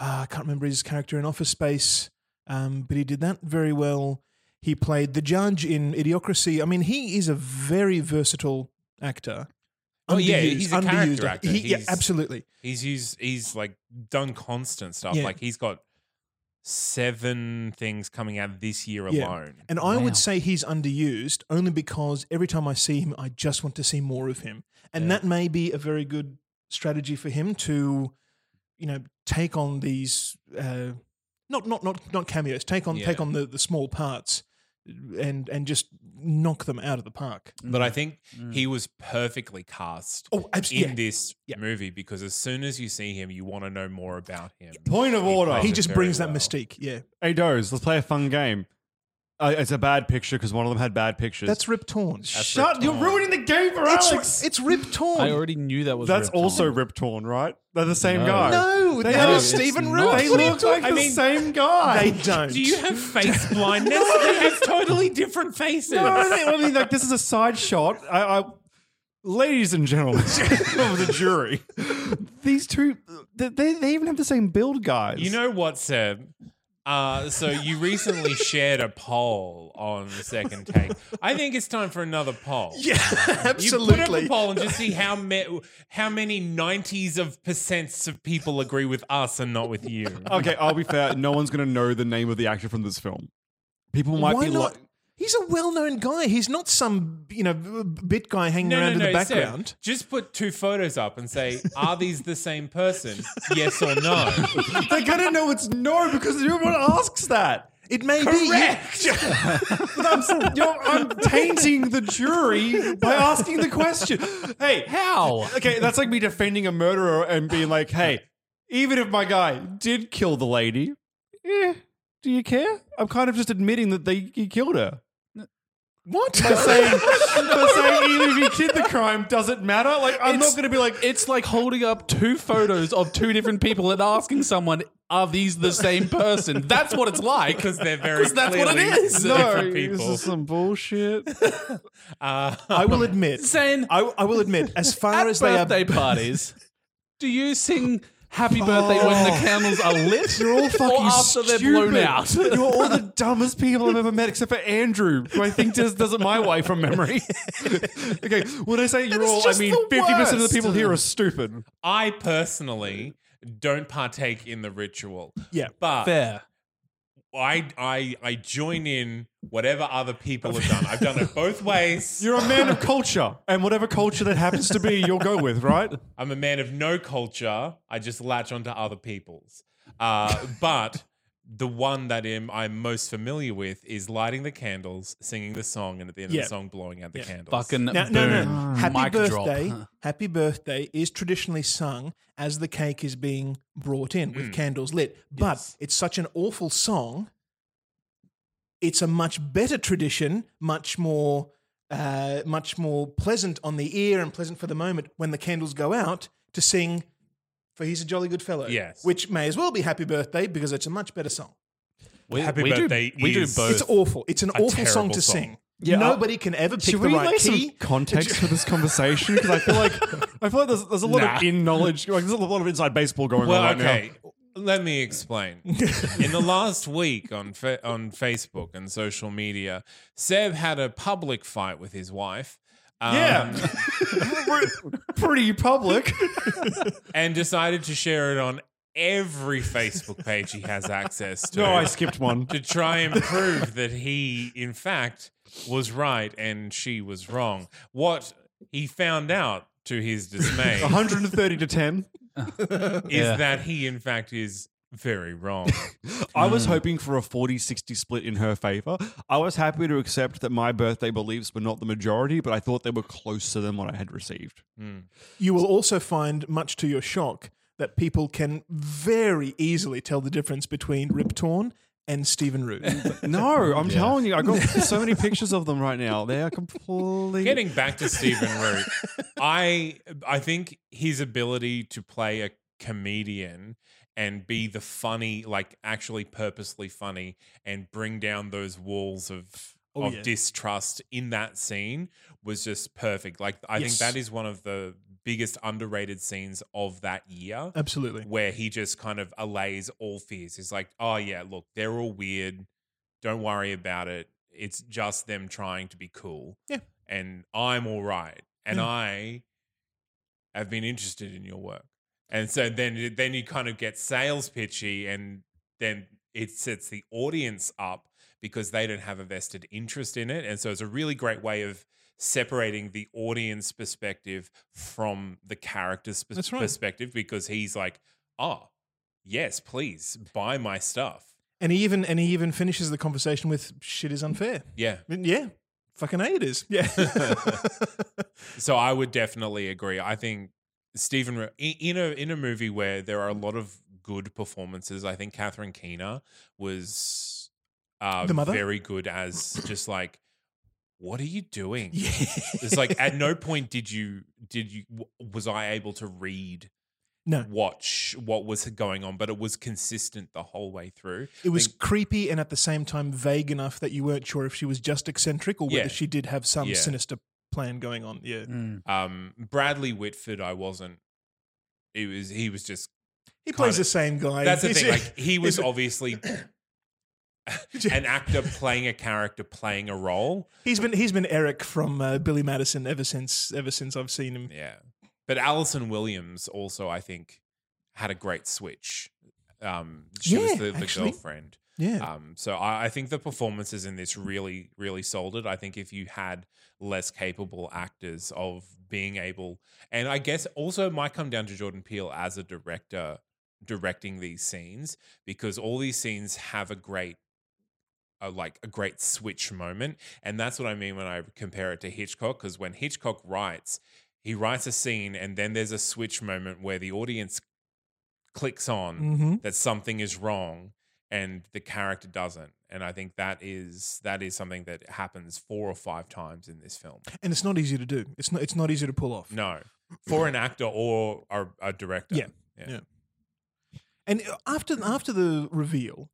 Speaker 5: uh, I can't remember his character in Office Space, um, but he did that very well. He played the judge in Idiocracy. I mean, he is a very versatile actor.
Speaker 3: Oh, yeah,
Speaker 5: Underused-
Speaker 3: he's a character actor.
Speaker 5: He- yeah,
Speaker 3: He's-
Speaker 5: absolutely.
Speaker 3: He's he's he's like done constant stuff.
Speaker 5: Yeah.
Speaker 3: Like he's got seven things coming out this year
Speaker 5: Yeah.
Speaker 3: alone.
Speaker 5: And I would say he's underused only because every time I see him, I just want to see more of him. And that may be a very good strategy for him to, you know, take on these uh, not not not not cameos, take on take
Speaker 3: Yeah.
Speaker 5: on the, the small parts and and just knock them out of the park.
Speaker 3: But I think he was perfectly cast
Speaker 5: mm. Oh,
Speaker 3: in
Speaker 5: absolutely.
Speaker 3: this movie because as soon as you see him, you want to know more about him.
Speaker 4: Point of order.
Speaker 3: plays
Speaker 5: He
Speaker 3: it
Speaker 5: just
Speaker 3: very
Speaker 5: brings that
Speaker 3: well.
Speaker 5: mystique. Yeah.
Speaker 4: Hey Doze, let's play a fun game. Uh, it's a bad picture because one of them had bad pictures.
Speaker 5: That's Rip Torn.
Speaker 4: shut. You're ruining the game for
Speaker 5: It's,
Speaker 4: Alex.
Speaker 5: it's Rip Torn.
Speaker 6: I already knew that was.
Speaker 4: That's
Speaker 6: ripped
Speaker 4: also
Speaker 6: on.
Speaker 4: Rip Torn, right? They're the same
Speaker 6: No.
Speaker 4: guy.
Speaker 5: no,
Speaker 4: They
Speaker 5: that
Speaker 4: are-
Speaker 5: is
Speaker 4: it's
Speaker 5: Stephen
Speaker 6: not.
Speaker 5: Root.
Speaker 4: They
Speaker 5: What are you
Speaker 4: look like
Speaker 5: talking-
Speaker 4: the same guy.
Speaker 5: They don't.
Speaker 3: Do you have face blindness? they have totally different faces.
Speaker 4: No, I mean, I mean, like this is a side shot. I, I ladies and gentlemen of the jury, these two, they, they they even have the same build, guys.
Speaker 3: You know what, Seb? Uh, so you recently shared a poll on Second Take. I think it's time for another poll.
Speaker 5: Yeah,
Speaker 3: You
Speaker 5: absolutely.
Speaker 3: put up a poll and just see how me- how many nineties of percents of people agree with us and not with you.
Speaker 4: Okay, I'll be fair. No one's gonna know the name of the actor from this film. People might
Speaker 5: Why
Speaker 4: be
Speaker 5: not?
Speaker 4: like,
Speaker 5: He's a well-known guy. He's not some you know b- bit guy hanging
Speaker 3: No,
Speaker 5: around
Speaker 3: no,
Speaker 5: in
Speaker 3: no.
Speaker 5: the background.
Speaker 3: Seb, just put two photos up and say, "Are these the same person? Yes or no?"
Speaker 4: they're gonna know it's no because everyone asks that.
Speaker 5: It may
Speaker 3: Correct.
Speaker 5: be. you-
Speaker 4: But I'm, s- you're, I'm tainting the jury by asking the question. Hey,
Speaker 6: How?
Speaker 4: Okay, that's like me defending a murderer and being like, hey, even if my guy did kill the lady, eh, do you care? I'm kind of just admitting that they he killed her.
Speaker 5: What?
Speaker 4: By saying, by saying even if he did the crime, does it matter? Like, I'm
Speaker 6: It's-
Speaker 4: not going to be like,
Speaker 6: It's like holding up two photos of two different people and asking someone, "Are these the same person?" That's what it's like.
Speaker 3: Because they're very
Speaker 6: 'Cause that's what it
Speaker 3: clearly
Speaker 6: is.
Speaker 3: different
Speaker 4: this
Speaker 3: people.
Speaker 4: is some bullshit.
Speaker 3: Uh,
Speaker 5: I will admit.
Speaker 6: Saying
Speaker 5: I, I will admit. As far
Speaker 6: at
Speaker 5: as they are,
Speaker 6: birthday parties, do you sing "Happy Birthday"
Speaker 4: Oh.
Speaker 6: when the candles are lit? You're all
Speaker 4: fucking
Speaker 6: or after they're blown
Speaker 4: stupid.
Speaker 6: out.
Speaker 4: You're all the dumbest people I've ever met, except for Andrew, who I think just does it my way from memory. okay, when I say you're
Speaker 5: is
Speaker 4: all, I
Speaker 5: just
Speaker 4: mean
Speaker 5: the
Speaker 4: 50% of the people
Speaker 5: worst.
Speaker 4: here are stupid.
Speaker 3: I personally don't partake in the ritual.
Speaker 5: Yeah.
Speaker 3: but
Speaker 6: Fair.
Speaker 3: I I I join in whatever other people have done. I've done it both ways.
Speaker 4: You're a man of culture, and whatever culture that happens to be, you'll go with, right?
Speaker 3: I'm a man of no culture. I just latch onto other people's. Uh, but the one that am, I'm most familiar with is lighting the candles, singing the song, and at the end
Speaker 5: Yeah.
Speaker 3: of the song, blowing out the candles.
Speaker 6: Fucking
Speaker 5: now,
Speaker 6: boom.
Speaker 5: no, no. Happy
Speaker 6: Mic
Speaker 5: birthday.
Speaker 6: drop.
Speaker 5: Happy birthday is traditionally sung as the cake is being brought in with candles lit. But it's such an awful song. It's a much better tradition, much more, uh, much more pleasant on the ear and pleasant for the moment when the candles go out to sing. For he's a jolly good fellow.
Speaker 3: Yes.
Speaker 5: Which may as well be happy birthday because it's a much better song.
Speaker 6: We,
Speaker 3: Happy
Speaker 6: we
Speaker 3: birthday
Speaker 6: Do, we do
Speaker 3: is-
Speaker 6: both.
Speaker 5: It's awful. It's an
Speaker 3: a
Speaker 5: awful song
Speaker 3: terrible
Speaker 5: to
Speaker 3: song.
Speaker 5: sing.
Speaker 4: Yeah, I-
Speaker 5: Nobody can ever pick
Speaker 4: Should
Speaker 5: the
Speaker 4: we
Speaker 5: right
Speaker 4: like
Speaker 5: key.
Speaker 4: some context for this conversation? Because I feel like I feel like there's, there's a lot
Speaker 6: Nah.
Speaker 4: of in knowledge, like there's a lot of inside baseball going
Speaker 3: Well,
Speaker 4: on right
Speaker 3: okay.
Speaker 4: now.
Speaker 3: Let me explain. In the last week on fa- on Facebook and social media, Seb had a public fight with his wife um,
Speaker 7: Yeah.
Speaker 4: Pretty public.
Speaker 3: and decided to share it on every Facebook page he has access to.
Speaker 4: No, I skipped one.
Speaker 3: To try and prove that he, in fact, was right and she was wrong. What he found out to his dismay
Speaker 4: 130 to 10.
Speaker 3: is that he, in fact, is very wrong.
Speaker 4: I was hoping for a 40 60 split in her favor. I was happy to accept that my birthday beliefs were not the majority, but I thought they were closer than what I had received.
Speaker 5: You will also find, much to your shock, that people can very easily tell the difference between Rip Torn and Stephen Root.
Speaker 4: No, I'm telling you, I got so many pictures of them right now. They are completely.
Speaker 3: Getting back to Stephen Root, I I think his ability to play a comedian and be the funny, like actually purposely funny, and bring down those walls of
Speaker 5: Oh,
Speaker 3: of
Speaker 5: yeah.
Speaker 3: distrust in that scene was just perfect. Like I
Speaker 5: Yes.
Speaker 3: think that is one of the biggest underrated scenes of that year.
Speaker 5: Absolutely.
Speaker 3: Where he just kind of allays all fears. He's like, oh, yeah, look, they're all weird. Don't worry about it. It's just them trying to be cool.
Speaker 5: Yeah. Mm.
Speaker 3: And I'm all right. And
Speaker 5: Yeah.
Speaker 3: I have been interested in your work. And so then, then you kind of get sales pitchy, and then it sets the audience up because they don't have a vested interest in it. And so it's a really great way of separating the audience perspective from the character's pers-
Speaker 5: That's right.
Speaker 3: perspective because he's like, oh, yes, please buy my stuff.
Speaker 5: And he even and he even finishes the conversation with "Shit is unfair."
Speaker 3: Yeah.
Speaker 5: I mean, Yeah, fucking a it is. Yeah.
Speaker 3: So I would definitely agree. I think Stephen Ro- i- in a in a movie where there are a lot of good performances, I think Catherine Keener was uh,
Speaker 5: The mother?
Speaker 3: very good as just like, what are you doing?
Speaker 5: yeah.
Speaker 3: It's like at no point did you did you w- was I able to read
Speaker 5: no,
Speaker 3: watch what was going on, but it was consistent the whole way through.
Speaker 5: it was
Speaker 3: Think-
Speaker 5: creepy and at the same time vague enough that you weren't sure if she was just eccentric or whether
Speaker 3: Yeah.
Speaker 5: she did have some
Speaker 3: Yeah.
Speaker 5: sinister plan going on. Yeah,
Speaker 3: um, Bradley Whitford. I wasn't. It was he was just
Speaker 5: he plays
Speaker 3: Kinda.
Speaker 5: the same guy.
Speaker 3: That's the
Speaker 5: He's-
Speaker 3: thing. Like he was
Speaker 5: he's-
Speaker 3: obviously an actor playing a character playing a role.
Speaker 5: He's been he's been Eric from uh, Billy Madison ever since ever since I've seen him.
Speaker 3: Yeah. But Alison Williams also, I think, had a great switch. Um, she was
Speaker 5: Yeah,
Speaker 3: the, the
Speaker 5: actually.
Speaker 3: girlfriend.
Speaker 5: Yeah,
Speaker 3: Um, so I, I think the performances in this really, really sold it. I think if you had less capable actors of being able, and I guess also it might come down to Jordan Peele as a director directing these scenes because all these scenes have a great. A, like a great switch moment and that's what i mean when i compare it to hitchcock because when hitchcock writes he writes a scene and then there's a switch moment where the audience clicks on
Speaker 5: hmm
Speaker 3: that something is wrong and the character doesn't and i think that is that is something that happens four or five times in this film
Speaker 5: and it's not easy to do. It's not it's not easy to pull off.
Speaker 3: no for an actor or a, a director
Speaker 5: Yeah. And uh, after after the reveal,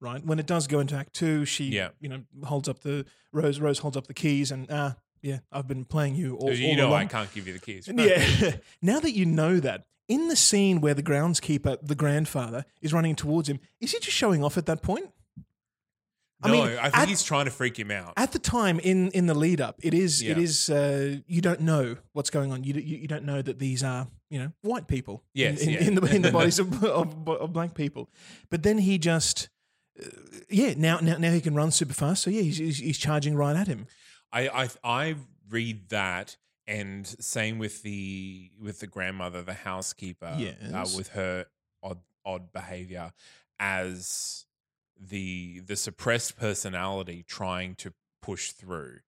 Speaker 5: right when it does go into Act Two, she
Speaker 3: Yeah.
Speaker 5: you know holds up the Rose Rose holds up the keys and ah yeah I've been playing you all,
Speaker 3: you
Speaker 5: all
Speaker 3: know i
Speaker 5: along.
Speaker 3: can't give you the keys
Speaker 5: And Yeah. now that you know that, in the scene where the groundskeeper, the grandfather, is running towards him, is he just showing off at that point?
Speaker 3: no i, think
Speaker 5: at,
Speaker 3: he's trying to freak him out
Speaker 5: at the time in in the lead up, it is it
Speaker 3: Yeah.
Speaker 5: is uh, you don't know what's going on. You, d- you you don't know that these are you know white people. in-
Speaker 3: Yes,
Speaker 5: in,
Speaker 3: yeah.
Speaker 5: in, the in the bodies of, of, of black people, but then he just. uh, Yeah, now, now now he can run super fast. So yeah, he's, he's, he's charging right at him.
Speaker 3: I, I I read that, and same with the with the grandmother, the housekeeper, uh,
Speaker 5: Yes.
Speaker 3: with her odd odd behavior as the the suppressed personality trying to push through.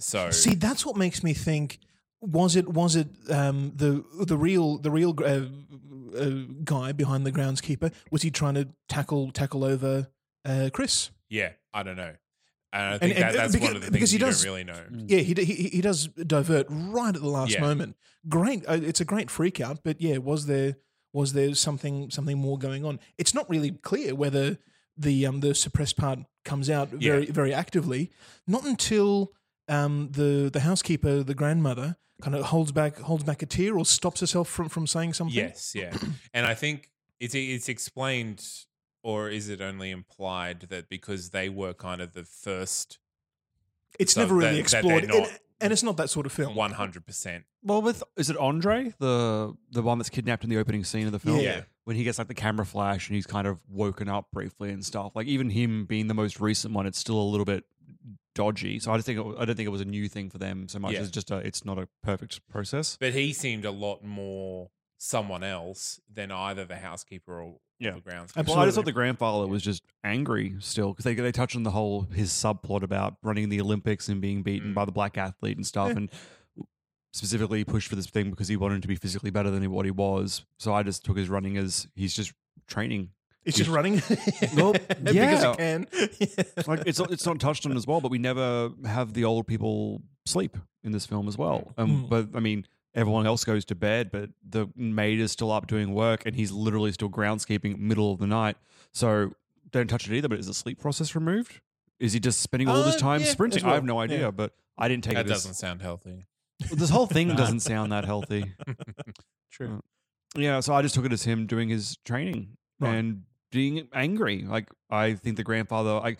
Speaker 3: So
Speaker 5: See, that's what makes me think. Was it was it um, the the real the real uh, uh, guy behind the groundskeeper? Was he trying to tackle tackle over uh, Chris?
Speaker 3: yeah, I don't know. And I think
Speaker 5: and-
Speaker 3: that,
Speaker 5: and
Speaker 3: that's
Speaker 5: because-
Speaker 3: one of the things
Speaker 5: because he
Speaker 3: you don't
Speaker 5: does-
Speaker 3: really know.
Speaker 5: Yeah, he, d- he he does divert right at the last
Speaker 3: Mm. Yeah.
Speaker 5: moment. Great, uh, it's a great freak out. But yeah, was there was there something something more going on? It's not really clear whether the um the suppressed part comes out
Speaker 3: Yeah.
Speaker 5: very very actively. Not until um the the housekeeper, the grandmother, kind of holds back holds back a tear or stops herself from from saying something.
Speaker 3: Yes, yeah. And I think it's it's explained or is it only implied that because they were kind of the first
Speaker 5: it's
Speaker 3: So
Speaker 5: never really
Speaker 3: that- that
Speaker 5: explored.
Speaker 3: they're not
Speaker 5: It- and it's not that sort of film.
Speaker 3: One hundred percent.
Speaker 4: Well, with is it Andre the the one that's kidnapped in the opening scene of the film?
Speaker 3: Yeah.
Speaker 4: When he gets like the camera flash and he's kind of woken up briefly and stuff. Like even him being the most recent one, it's still a little bit dodgy. So I just think it, I don't think it was a new thing for them so much
Speaker 3: Yeah.
Speaker 4: as just a it's not a perfect process.
Speaker 3: But he seemed a lot more someone else than either the housekeeper or,
Speaker 4: Yeah.
Speaker 3: the groundskeeper.
Speaker 4: Well, I just
Speaker 5: Absolutely.
Speaker 4: thought the grandfather was just angry still because they they touch on the whole his subplot about running the Olympics and being beaten
Speaker 3: Mm.
Speaker 4: by the black athlete and stuff, and specifically he pushed for this thing because he wanted to be physically better than what he was. So I just took his running as he's just training.
Speaker 5: It's just running.
Speaker 4: Well,
Speaker 5: because
Speaker 4: yeah.
Speaker 5: it can.
Speaker 4: Like it's it's not touched on as well, but we never have the old people sleep in this film as well. Um,
Speaker 5: Mm.
Speaker 4: But I mean. Everyone else goes to bed, but the maid is still up doing work, and he's literally still groundskeeping middle of the night. So don't touch it either. But is the sleep process removed? Is he just spending all this
Speaker 5: Uh,
Speaker 4: time
Speaker 5: yeah,
Speaker 4: sprinting?
Speaker 5: as well,
Speaker 4: I have no idea,
Speaker 5: yeah.
Speaker 4: but I didn't take
Speaker 3: that
Speaker 4: it. as-
Speaker 3: doesn't sound healthy.
Speaker 4: this whole thing doesn't sound that healthy. Uh,
Speaker 6: True.
Speaker 4: Yeah, so I just took it as him doing his training
Speaker 5: Right.
Speaker 4: and being angry. Like I think the grandfather, I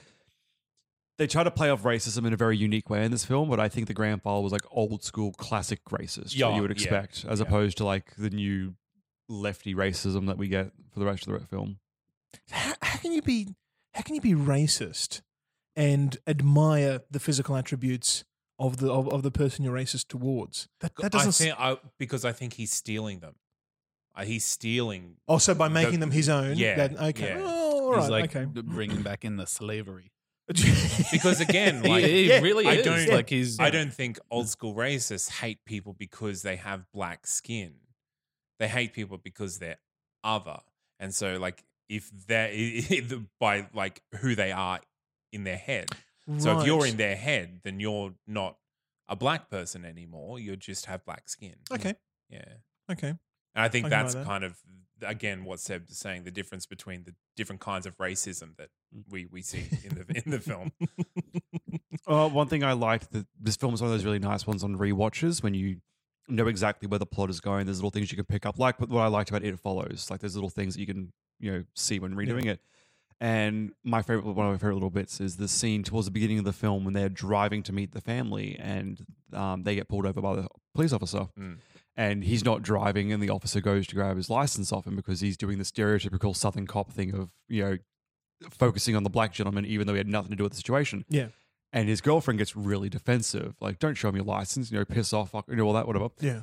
Speaker 4: they try to play off racism in a very unique way in this film, but I think the grandfather was like old school classic racist that
Speaker 3: Yeah,
Speaker 4: you would
Speaker 3: yeah,
Speaker 4: expect, as
Speaker 3: yeah.
Speaker 4: opposed to like the new lefty racism that we get for the rest of the film.
Speaker 5: how, how can you be how can you be racist and admire the physical attributes of the of, of the person you're racist towards? That, that doesn't.
Speaker 3: I
Speaker 5: s-
Speaker 3: think I, because I think he's stealing them. Uh, he's stealing.
Speaker 5: oh, so by making
Speaker 3: the-
Speaker 5: them his own,
Speaker 3: Yeah,
Speaker 5: that- okay.
Speaker 3: yeah.
Speaker 5: Oh, all right,
Speaker 6: He's like
Speaker 5: okay.
Speaker 6: bringing back in the slavery.
Speaker 3: Because again, like
Speaker 6: he, he
Speaker 5: Yeah,
Speaker 6: really
Speaker 3: I
Speaker 6: is.
Speaker 3: don't-
Speaker 6: like he's.
Speaker 3: I don't think old school racists hate people because they have black skin. They hate people because they're other. And so, like, if they're by like who they are in their head. So if you're
Speaker 5: Right.
Speaker 3: in their head, then you're not a black person anymore. You just have black skin.
Speaker 5: okay,
Speaker 3: Yeah.
Speaker 5: okay,
Speaker 3: And I think
Speaker 5: I can buy
Speaker 3: that's
Speaker 5: that.
Speaker 3: kind of again what Seb's saying, the difference between the different kinds of racism that
Speaker 5: Mm.
Speaker 3: we, we see in the in the film.
Speaker 4: Uh, one thing I liked that this film is one of those really nice ones on rewatches when you know exactly where the plot is going. There's little things you can pick up, like what I liked about it follows. Like there's little things that you can you know see when redoing it. And my favorite, one of my favorite little bits is the scene towards the beginning of the film when they're driving to meet the family and um, they get pulled over by the police officer.
Speaker 3: Mm.
Speaker 4: And he's not driving, and the officer goes to grab his license off him because he's doing the stereotypical Southern cop thing of, you know, focusing on the black gentleman, even though he had nothing to do with the situation
Speaker 5: yeah,
Speaker 4: and his girlfriend gets really defensive, like "Don't show me your license," you know, piss off, fuck, you know, all that, whatever.
Speaker 5: yeah.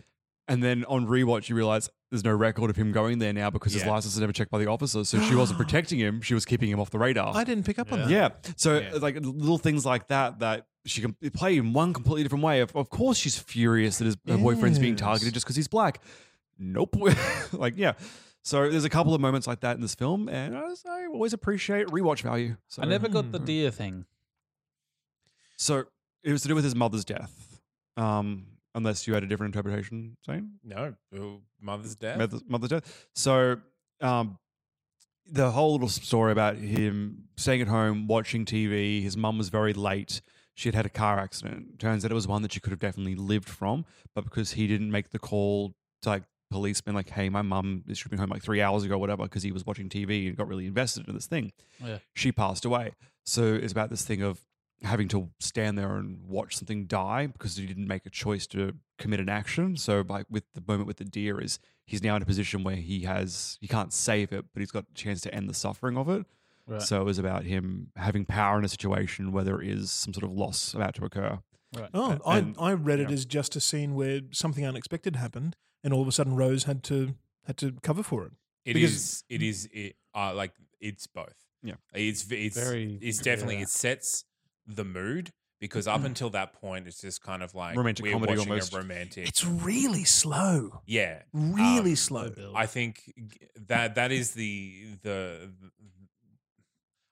Speaker 4: And then on rewatch, you realize there's no record of him going there now because his
Speaker 3: Yeah.
Speaker 4: license is never checked by the officer, so she wasn't protecting him; she was keeping him off the
Speaker 3: Oh,
Speaker 4: radar.
Speaker 5: I didn't pick up on that.
Speaker 4: yeah, so
Speaker 6: Yeah.
Speaker 4: like little things like that that she can play in one completely different way. Of, of course, she's furious that his her boyfriend's being
Speaker 5: Yes.
Speaker 4: targeted just because he's black. Nope, like yeah. So there's a couple of moments like that in this film, and I, just- I always appreciate rewatch value. So.
Speaker 6: I never got the
Speaker 4: Hmm.
Speaker 6: deer thing.
Speaker 4: So it was to do with his mother's death. Um, unless you had a different interpretation, saying
Speaker 3: No, oh, mother's death.
Speaker 4: mother's, mother's death. So um, the whole little story about him staying at home, watching TV. His mum was very late. She had had a car accident. Turns out it was one that she could have definitely lived from, but because he didn't make the call to like policemen, like, hey, my mum should be home like three hours ago, whatever, because he was watching TV and got really invested in this thing.
Speaker 6: Yeah.
Speaker 4: She passed away. So it's about this thing of having to stand there and watch something die because he didn't make a choice to commit an action. So like with the moment with the deer is he's now in a position where he has he can't save it, but he's got a chance to end the suffering of it.
Speaker 6: Right.
Speaker 4: So it was about him having power in a situation where there is some sort of loss about to occur.
Speaker 6: right.
Speaker 5: Oh,
Speaker 4: And-
Speaker 5: I I read it
Speaker 4: yeah.
Speaker 5: as just a scene where something unexpected happened, and all of a sudden Rose had to had to cover for it.
Speaker 3: It
Speaker 5: Because-
Speaker 3: is. It is. It uh, like it's both.
Speaker 4: Yeah.
Speaker 3: it's v- it's
Speaker 6: Very-
Speaker 3: It's definitely
Speaker 6: yeah.
Speaker 3: it sets the mood because
Speaker 5: Mm.
Speaker 3: up until that point, it's just kind of like
Speaker 4: Romantic
Speaker 3: we're
Speaker 4: comedy
Speaker 3: watching
Speaker 4: almost.
Speaker 3: a romantic.
Speaker 5: It's really slow,
Speaker 3: yeah,
Speaker 5: really
Speaker 3: Um,
Speaker 5: slow.
Speaker 3: I think g- that that is the the.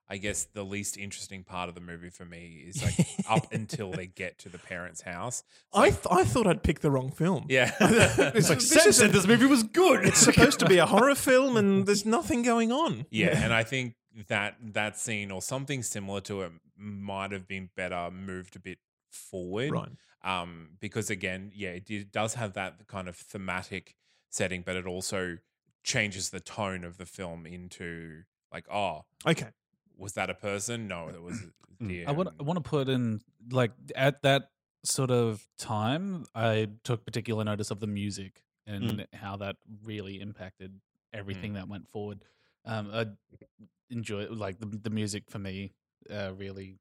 Speaker 3: I guess the least interesting part of the movie for me is like up until they get to the parents' house.
Speaker 5: I th- I thought I'd picked the wrong film.
Speaker 3: Yeah,
Speaker 5: It's like Seb said this movie was good. It's supposed to be a horror film, and there's nothing going on.
Speaker 3: Yeah, and I think that that scene or something similar to it might have been better moved a bit forward.
Speaker 5: right.
Speaker 3: Um, because again, yeah, it, did- does have that kind of thematic setting, but it also changes the tone of the film into like, oh,
Speaker 5: Okay.
Speaker 3: was that a person? No, it was a
Speaker 4: Mm.
Speaker 3: deer.
Speaker 6: I want
Speaker 3: and-
Speaker 6: I want to put in like at that sort of time, I took particular notice of the music and
Speaker 4: Mm.
Speaker 6: how that really impacted everything that went forward. Um, I enjoy like the the music for me uh, really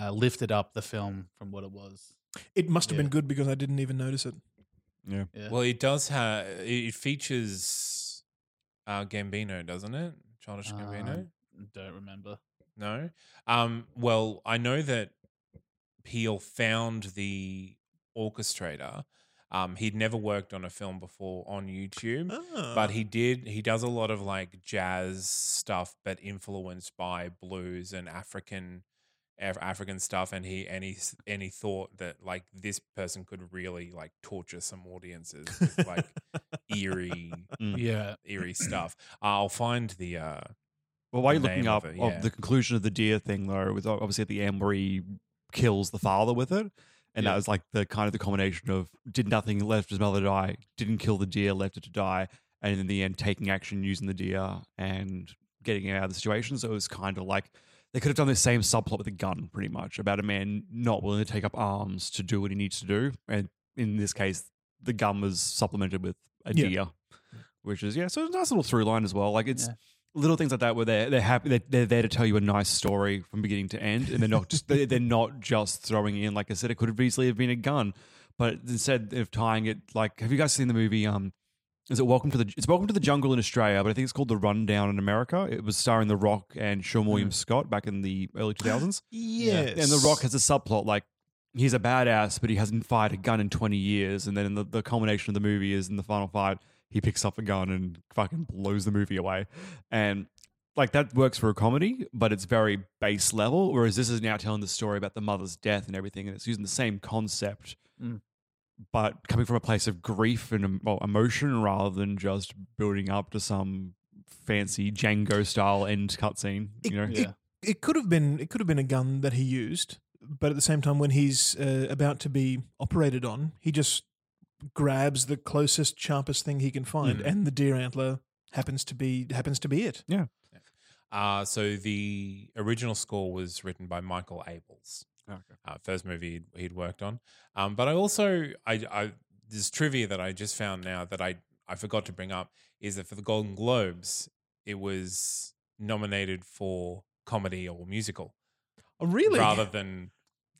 Speaker 6: uh, lifted up the film from what it was.
Speaker 5: It must have
Speaker 6: Yeah.
Speaker 5: been good because I didn't even notice it.
Speaker 4: Yeah.
Speaker 6: Yeah.
Speaker 3: Well, it does have. It features uh, Gambino, doesn't it? Childish
Speaker 6: Um,
Speaker 3: Gambino.
Speaker 6: don't remember.
Speaker 3: No. Um, well, I know that Peel found the orchestrator. Um, he'd never worked on a film before on YouTube,
Speaker 5: Ah.
Speaker 3: but
Speaker 5: Um
Speaker 3: he did. He does a lot of like jazz stuff, but influenced by blues and African Af- African stuff. And he and he s- and he thought that like this person could really like torture some audiences with like eerie
Speaker 4: Mm.
Speaker 6: Yeah.
Speaker 3: eerie stuff. I'll find the. uh
Speaker 4: Well, while
Speaker 3: the
Speaker 4: you're looking
Speaker 3: name
Speaker 4: up
Speaker 3: of
Speaker 4: of,
Speaker 3: it, yeah.
Speaker 4: the conclusion of the deer thing, though, with obviously at the end where he kills the father with it, and
Speaker 6: Yeah.
Speaker 4: that was like the kind of the combination of did nothing, left his mother to die, didn't kill the deer, left it to die, and in the end taking action using the deer and getting it out of the situation. So it was kind of like they could have done the same subplot with a gun, pretty much, about a man not willing to take up arms to do what he needs to do, and in this case, the gun was supplemented with a
Speaker 5: Yeah.
Speaker 4: deer, which is yeah, so it's a nice little through line as well. Like it's
Speaker 6: Yeah.
Speaker 4: little things like that where they're they're happy they're, they're there to tell you a nice story from beginning to end, and they're not just they're, they're not just throwing in like I said, it could have easily have been a gun, but instead of tying it like, have you guys seen the movie? Um, is it Welcome to the It's Welcome to the Jungle in Australia, but I think it's called The Rundown in America. It was starring The Rock and Sean William Scott back in the early two thousands.
Speaker 5: Yes.
Speaker 4: And The Rock has a subplot like he's a badass, but he hasn't fired a gun in 20 years. And then in the, the culmination of the movie is in the final fight, he picks up a gun and fucking blows the movie away. And like that works for a comedy, but it's very base level. Whereas this is now telling the story about the mother's death and everything, and it's using the same concept.
Speaker 6: Mm.
Speaker 4: But coming from a place of grief and um, well, emotion rather than just building up to some fancy Django style end cutscene, you know?
Speaker 6: Yeah.
Speaker 5: it could have been it could have been a gun that he used, but at the same time, when he's uh, about to be operated on, he just grabs the closest, sharpest thing he can find,
Speaker 3: Mhm.
Speaker 5: and the deer antler happens to be happens to be it.
Speaker 3: Uh, so the original score was written by Michael Abels. Uh, first movie he'd, he'd worked on. Um, but I also, I, I, this trivia that I just found now that I, I forgot to bring up is that for the Golden Globes, it was nominated for comedy or musical
Speaker 5: Oh, really?
Speaker 3: rather than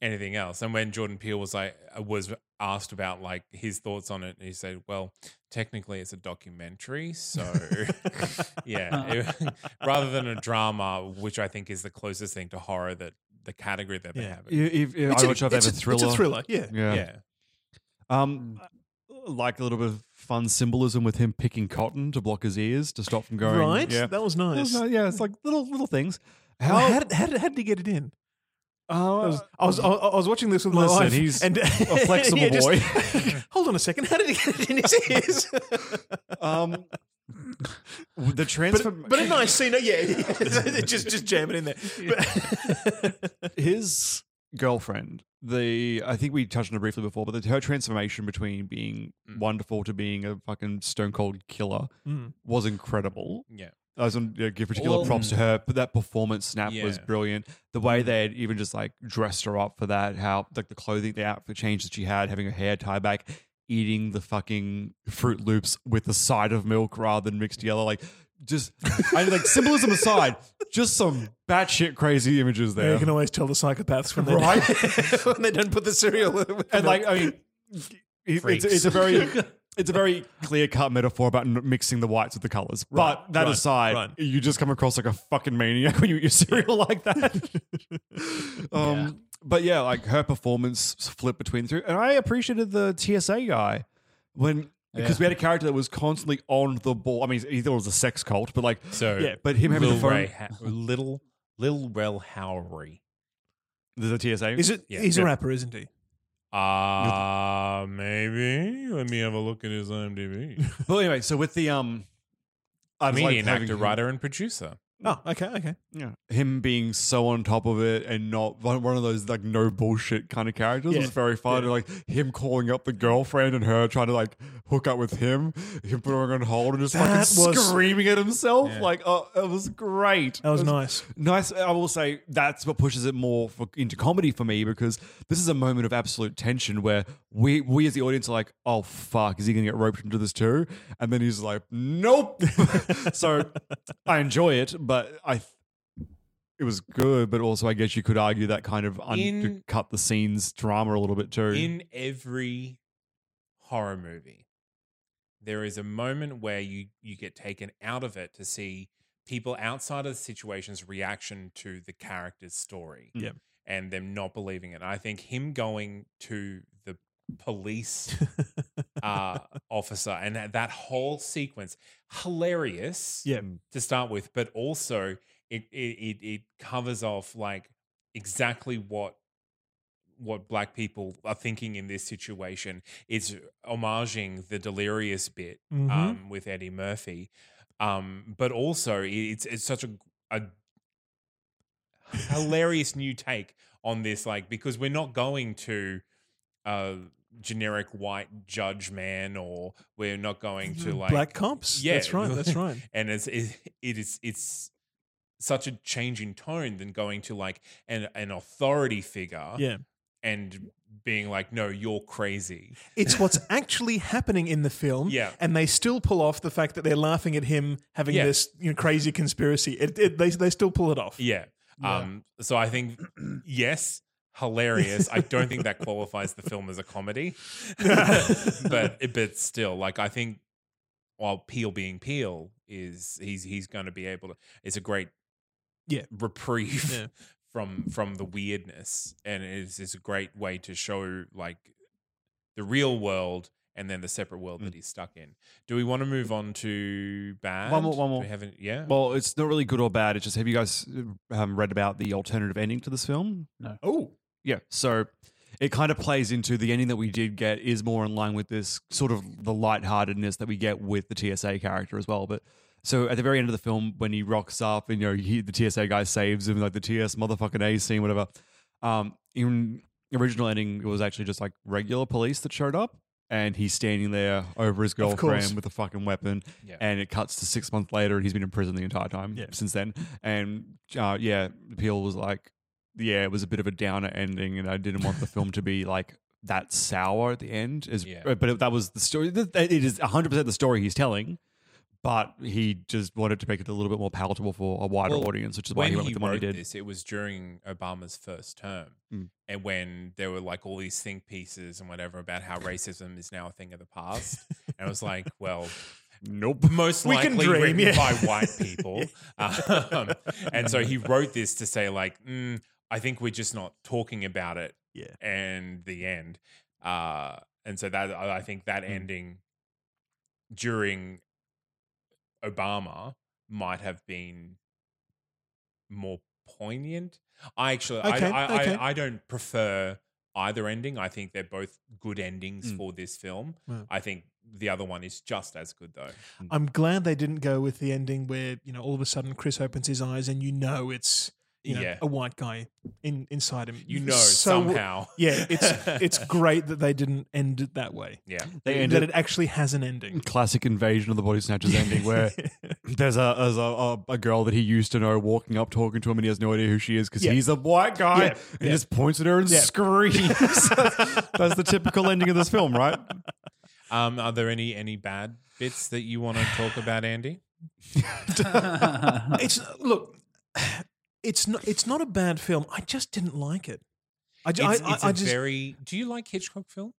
Speaker 3: anything else. And when Jordan Peele was like uh, was asked about like his thoughts on it, he said, "Well, technically it's a documentary, so yeah,
Speaker 5: Uh-huh.
Speaker 3: it- rather than a drama, which I think is the closest thing to horror that the category that they
Speaker 5: Yeah.
Speaker 3: have." it.
Speaker 4: You- if- if- I'm not sure if they have
Speaker 5: it's
Speaker 4: a thriller.
Speaker 5: It's a thriller. Yeah.
Speaker 4: Yeah.
Speaker 3: yeah.
Speaker 5: Mm.
Speaker 4: Um, like a little bit of fun symbolism with him picking cotton to block his ears to stop from going.
Speaker 5: Right.
Speaker 4: Yeah.
Speaker 5: That was
Speaker 4: It was
Speaker 5: nice.
Speaker 4: ni- yeah. It's like little little things.
Speaker 5: How, how, did, how, did, how did he get it in?
Speaker 4: uh,
Speaker 5: I was, I was I I was watching this with
Speaker 4: Listen,
Speaker 5: my wife.
Speaker 4: he's
Speaker 5: and,
Speaker 4: a flexible boy.
Speaker 5: hold on a second. How did he get it in his ears?
Speaker 4: um, the transfer,
Speaker 5: but, but a nice scene. Yeah, yeah. just just jam it in there. But-
Speaker 4: his girlfriend. The I think we touched on it briefly before, but the, her transformation between being
Speaker 3: Mm.
Speaker 4: wonderful to being a fucking stone cold killer
Speaker 5: Mm.
Speaker 4: was incredible.
Speaker 3: Yeah.
Speaker 4: I was on, yeah, give particular
Speaker 6: Well-
Speaker 4: props to her, but that performance snap was
Speaker 3: Yeah.
Speaker 4: brilliant. The way they had even just like dressed her up for that, how like the clothing, the outfit change that she had, having her hair tied back, eating the fucking Fruit Loops with the side of milk rather than mixed together, like just and like symbolism aside, just some batshit crazy images there.
Speaker 5: You can always tell the psychopaths when they don't, when they don't put the cereal. with the
Speaker 4: and like
Speaker 5: milk.
Speaker 4: I mean, it- it's, it's a very it's a very clear cut metaphor about n- mixing the whites with the colors. but that
Speaker 5: right,
Speaker 4: aside,
Speaker 5: right.
Speaker 4: you just come across like a fucking maniac when you eat your cereal like that. um,
Speaker 6: Yeah.
Speaker 4: But yeah, like her performance flipped between the two, and I appreciated the TSA guy when. Because
Speaker 6: Yeah.
Speaker 4: we had a character that was constantly on the ball. I mean, he thought it was a sex cult, but like,
Speaker 3: So
Speaker 4: yeah. But him having
Speaker 3: Lil
Speaker 4: the phone,
Speaker 3: Ray ha- Little Lil Rel Howery.
Speaker 4: there's a TSA.
Speaker 5: is it?
Speaker 3: Yeah.
Speaker 5: he's
Speaker 4: Yeah.
Speaker 5: a rapper, isn't he?
Speaker 3: Ah, maybe. Let me have a look at his IMDb.
Speaker 4: But anyway, so with the um, I was, like,
Speaker 3: Comedian,
Speaker 4: having
Speaker 3: actor,
Speaker 4: him-
Speaker 3: writer, and producer.
Speaker 5: Oh, okay, okay.
Speaker 4: Yeah. Him being so on top of it and not one one of those like no bullshit kind of characters was
Speaker 5: Yeah,
Speaker 4: very fun. And, like him calling up the girlfriend and her trying to like hook up with him, him putting her on hold and just
Speaker 5: That
Speaker 4: fucking
Speaker 5: was-
Speaker 4: screaming at himself.
Speaker 3: Yeah.
Speaker 4: Like, oh, it was great.
Speaker 5: That was
Speaker 4: It
Speaker 5: nice.
Speaker 4: Nice. I will say that's what pushes it more for, into comedy for me because this is a moment of absolute tension where we we as the audience are like, oh fuck, is he going to get roped into this too? And then he's like, nope. so I enjoy it, but I it was good. But also, I guess you could argue that kind of
Speaker 3: In-
Speaker 4: undercut the scenes drama a little bit too.
Speaker 3: In every horror movie, there is a moment where you you get taken out of it to see people outside of the situation's reaction to the character's story.
Speaker 4: Yep.
Speaker 3: And them not believing it. I think him going to the police uh, officer and that- that whole sequence, hilarious
Speaker 5: Yeah.
Speaker 3: to start with, but also it it it, it covers off like exactly what what black people are thinking in this situation. It's homaging the delirious bit
Speaker 5: Mhm.
Speaker 3: um, with Eddie Murphy, um, but also i- it's it's such a a hilarious new take on this, like because we're not going to. Uh, generic white judge man or we're not going to like
Speaker 5: Mm-hmm. Black cops.
Speaker 3: yeah.
Speaker 5: that's right. That's right.
Speaker 3: and it's it, it is it's such a change in tone than going to like an an authority figure
Speaker 5: Yeah,
Speaker 3: and being like no you're crazy
Speaker 5: it's what's actually happening in the film.
Speaker 3: Yeah.
Speaker 5: and they still pull off the fact that they're laughing at him having
Speaker 3: Yeah.
Speaker 5: this you know, crazy conspiracy. It, it, they they still pull it off.
Speaker 3: yeah, um so i think yes hilarious i don't think that qualifies the film as a comedy but but still like i think while peel being peel is he's he's going to be able to it's a great
Speaker 5: Yeah.
Speaker 3: reprieve
Speaker 5: Yeah.
Speaker 3: from from the weirdness and it's, it's a great way to show like the real world and then the separate world that he's stuck in do we want to move on to bad
Speaker 4: Mm. One more- one
Speaker 3: Do
Speaker 4: more.
Speaker 3: we haven't yeah
Speaker 4: well, it's not really good or bad. It's just have you guys um, read about the alternative ending to this film?
Speaker 5: Oh,
Speaker 4: Yeah. So it kind of plays into the ending that we did get is more in line with this sort of the lightheartedness that we get with the TSA character as well. But so at the very end of the film, when he rocks up and you know he, the TSA guy saves him, like the TS motherfucking A scene, whatever. Um, in original ending, it was actually just like regular police that showed up, and he's standing there over his
Speaker 5: Of course.
Speaker 4: girlfriend with a fucking weapon,
Speaker 3: Yeah.
Speaker 4: and it cuts to six months later, and he's been in prison the entire time
Speaker 5: Yeah.
Speaker 4: since then. And uh, yeah, Peel was like, yeah, it was a bit of a downer ending, and I didn't want the film to be like that sour at the end. As,
Speaker 3: Yeah.
Speaker 4: But it, that was the story. th- It is 100% the story he's telling, but he just wanted to make it a little bit more palatable for a wider
Speaker 3: Well,
Speaker 4: audience, which is why he went with the one he
Speaker 3: wrote
Speaker 4: did.
Speaker 3: This, it was during Obama's first term,
Speaker 4: Mm.
Speaker 3: and when there were like all these think pieces and whatever about how racism is now a thing of the past, and I was like, well.
Speaker 4: Nope.
Speaker 3: Most
Speaker 5: We can
Speaker 3: likely
Speaker 5: dream,
Speaker 3: written
Speaker 5: yeah.
Speaker 3: by white people, um, and so he wrote this to say, like, mm, I think we're just not talking about it.
Speaker 5: Yeah.
Speaker 3: and the end, uh, and so that I I think that
Speaker 5: Hmm.
Speaker 3: ending during Obama might have been more poignant. I actually,
Speaker 5: Okay,
Speaker 3: I, I,
Speaker 5: okay.
Speaker 3: I, I don't prefer either ending. I think they're both good endings
Speaker 4: Mm.
Speaker 3: for this film.
Speaker 5: Wow.
Speaker 3: I think the other one is just as good though.
Speaker 5: I'm glad they didn't go with the ending where you know all of a sudden Chris opens his eyes and you know it's you know
Speaker 3: Yeah.
Speaker 5: a white guy in inside him.
Speaker 3: You know,
Speaker 5: So-
Speaker 3: somehow.
Speaker 5: Yeah, it's it's great that they didn't end it that way.
Speaker 3: yeah.
Speaker 4: They
Speaker 5: that
Speaker 4: ended
Speaker 5: it actually has an ending.
Speaker 4: classic invasion of the body snatchers ending where there's a there's a, a, a girl that he used to know walking up talking to him and he has no idea who she is because
Speaker 5: Yeah.
Speaker 4: he's a white guy
Speaker 5: Yeah.
Speaker 4: and he just points at her and
Speaker 5: Yeah.
Speaker 4: screams that's the typical ending of this film right
Speaker 3: Um, are there any any bad bits that you want to talk about, Andy?
Speaker 5: it's uh, look, it's not it's not a bad film. I just didn't like it. I, ju-
Speaker 3: It's,
Speaker 5: I, I-
Speaker 3: it's
Speaker 5: I
Speaker 3: a
Speaker 5: just
Speaker 3: very. Do you like Hitchcock film?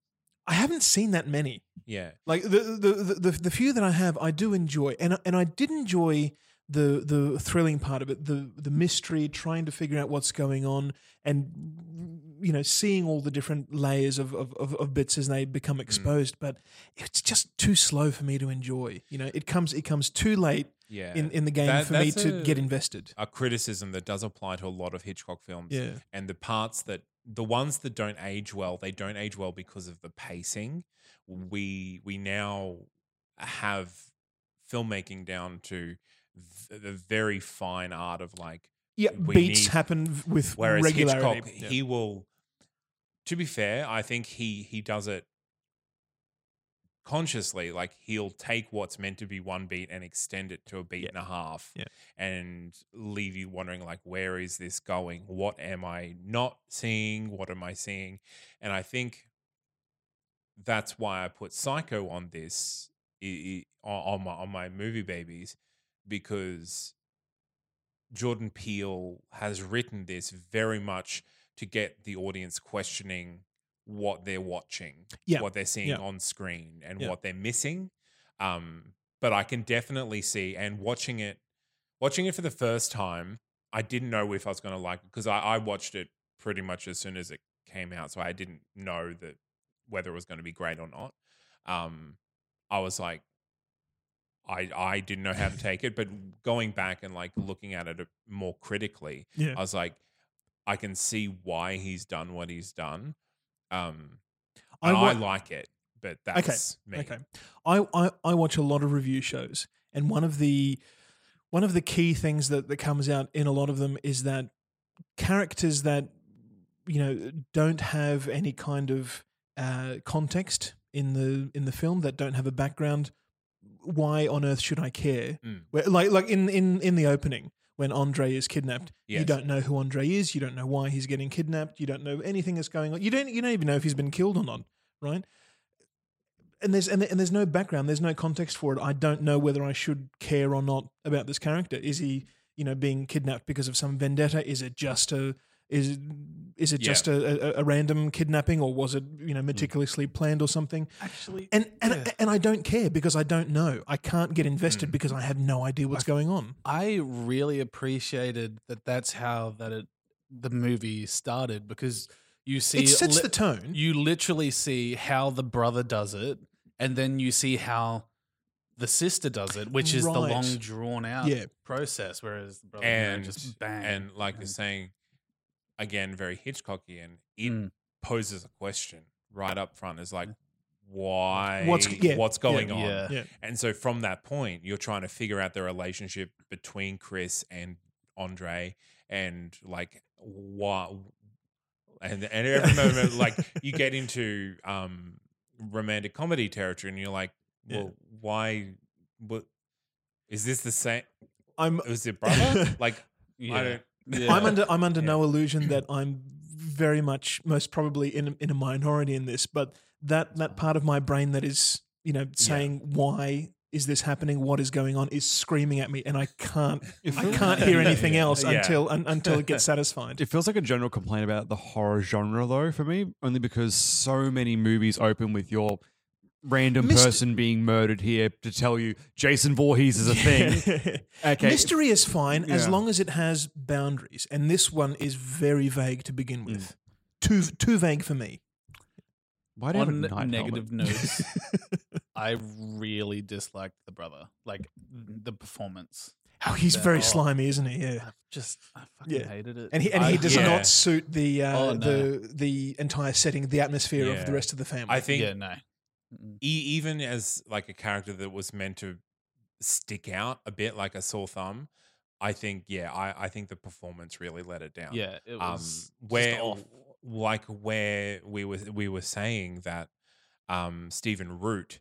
Speaker 5: I haven't seen that many.
Speaker 3: Yeah.
Speaker 5: Like the the, the the the few that I have, I do enjoy, and and I did enjoy the the thrilling part of it, the the mystery, trying to figure out what's going on, and you know, seeing all the different layers of of, of, of bits as they
Speaker 3: Mm.
Speaker 5: become exposed. But it's just too slow for me to enjoy. You know, it comes it comes too late
Speaker 3: Yeah.
Speaker 5: in, in the game
Speaker 3: That-
Speaker 5: for me
Speaker 3: that's
Speaker 5: to
Speaker 3: a-
Speaker 5: get invested.
Speaker 3: a criticism that does apply to a lot of Hitchcock films.
Speaker 5: Yeah.
Speaker 3: And the parts that the ones that don't age well, they don't age well because of the pacing. We we now have filmmaking down to th- the very fine art of like
Speaker 5: Yeah,
Speaker 3: we
Speaker 5: beats
Speaker 3: need-
Speaker 5: happen v- with
Speaker 3: Whereas
Speaker 5: regularity.
Speaker 3: Hitchcock, he will. To be fair, I think he he does it consciously. Like he'll take what's meant to be one beat and extend it to a beat and a half,
Speaker 7: Yeah.
Speaker 3: and leave you wondering like, where is this going? What am I not seeing? What am I seeing? And I think that's why I put Psycho on this i- i- on on my on my movie babies because Jordan Peele has written this very much to get the audience questioning what they're watching,
Speaker 5: Yeah,
Speaker 3: what they're seeing
Speaker 5: yeah.
Speaker 3: on screen, and
Speaker 5: Yeah.
Speaker 3: what they're missing. Um, but I can definitely see, and watching it, watching it for the first time, I didn't know if I was going to like it because I, I watched it pretty much as soon as it came out, so I didn't know that whether it was going to be great or not. Um, I was like, I I didn't know how to take it, but going back and like looking at it more critically,
Speaker 5: Yeah.
Speaker 3: I was like, I can see why he's done what he's done. Um,
Speaker 5: I
Speaker 3: and I,
Speaker 5: wa-
Speaker 3: like it, but that's me.
Speaker 5: Okay. I, I, I watch a lot of review shows, and one of the one of the key things that, that comes out in a lot of them is that characters that you know don't have any kind of uh, context in the in the film that don't have a background. Why on earth should I care?
Speaker 3: Mm.
Speaker 5: Where, like like in, in in the opening when Andre is kidnapped, you
Speaker 3: Yes.
Speaker 5: don't know who Andre is. You don't know why he's getting kidnapped. You don't know anything that's going on. You don't you don't even know if he's been killed or not, right? and there's and, there- and there's no background, there's no context for it. I don't know whether I should care or not about this character. Is he, you know, being kidnapped because of some vendetta? Is it just a is is it
Speaker 3: Yeah.
Speaker 5: just a, a, a random kidnapping, or was it you know meticulously planned or something?
Speaker 6: Actually,
Speaker 5: And and
Speaker 6: Hmm. Yeah. Hmm.
Speaker 5: and I don't care because I don't know. I can't get invested because I have no idea what's going on.
Speaker 6: I really appreciated that. That's how that it, the movie started because you see
Speaker 5: it sets
Speaker 6: li-
Speaker 5: the tone.
Speaker 6: You literally see how the brother does it, and then you see how the sister does it, which is the
Speaker 5: Right.
Speaker 6: long drawn out
Speaker 5: Yeah.
Speaker 6: process. Whereas the brother you know,
Speaker 3: And
Speaker 6: Oh, just bang
Speaker 3: and like you're
Speaker 6: and-
Speaker 3: saying, again, very Hitchcockian. It
Speaker 6: Mm.
Speaker 3: poses a question right up front. Is like, why?
Speaker 5: What's- yeah,
Speaker 3: what's going on?
Speaker 6: yeah.
Speaker 5: yeah,
Speaker 3: And so from that point, you're trying to figure out the relationship between Chris and Andre and like what and and every moment like you get into um romantic comedy territory and you're like,
Speaker 5: Yeah.
Speaker 3: well, why what is this the same
Speaker 5: I'm
Speaker 3: was it brother? like
Speaker 6: Yeah.
Speaker 3: I don't
Speaker 6: Yeah.
Speaker 5: I'm under I'm under
Speaker 3: Yeah.
Speaker 5: no illusion that I'm very much most probably in a, in a minority in this, but that that part of my brain that is you know saying why is this happening, what is going on, is screaming at me, and I can't I can't hear anything else
Speaker 3: Yeah.
Speaker 5: until un, until it gets satisfied.
Speaker 4: It feels like a general complaint about the horror genre, though, for me, only because so many movies open with your random
Speaker 5: Myst-
Speaker 4: person being murdered here to tell you Jason Voorhees is a thing. okay.
Speaker 5: Mystery is fine as
Speaker 4: Yeah.
Speaker 5: long as it has boundaries, and this one is very vague to begin with. Too too vague for me.
Speaker 4: Why do you have a
Speaker 6: on
Speaker 4: night
Speaker 6: negative
Speaker 4: helmet?
Speaker 6: notes, I really disliked the brother, like the performance.
Speaker 5: Oh, he's
Speaker 6: Yeah.
Speaker 5: very
Speaker 6: Oh.
Speaker 5: slimy, isn't he? Yeah.
Speaker 6: I just I fucking
Speaker 5: Yeah.
Speaker 6: hated it.
Speaker 5: and he and he
Speaker 6: I-
Speaker 5: does
Speaker 3: yeah.
Speaker 5: not suit the uh,
Speaker 6: Oh, no.
Speaker 5: the the entire setting, the atmosphere of the
Speaker 3: Yeah.
Speaker 5: rest of the family.
Speaker 3: I think
Speaker 6: Yeah, no. Mm-mm.
Speaker 3: e- even as like a character that was meant to stick out a bit like a sore thumb, I think yeah, I, I think the performance really let it down.
Speaker 6: Yeah, it
Speaker 3: um,
Speaker 6: was just
Speaker 3: where
Speaker 6: off.
Speaker 3: like where we were we were saying that um, Stephen Root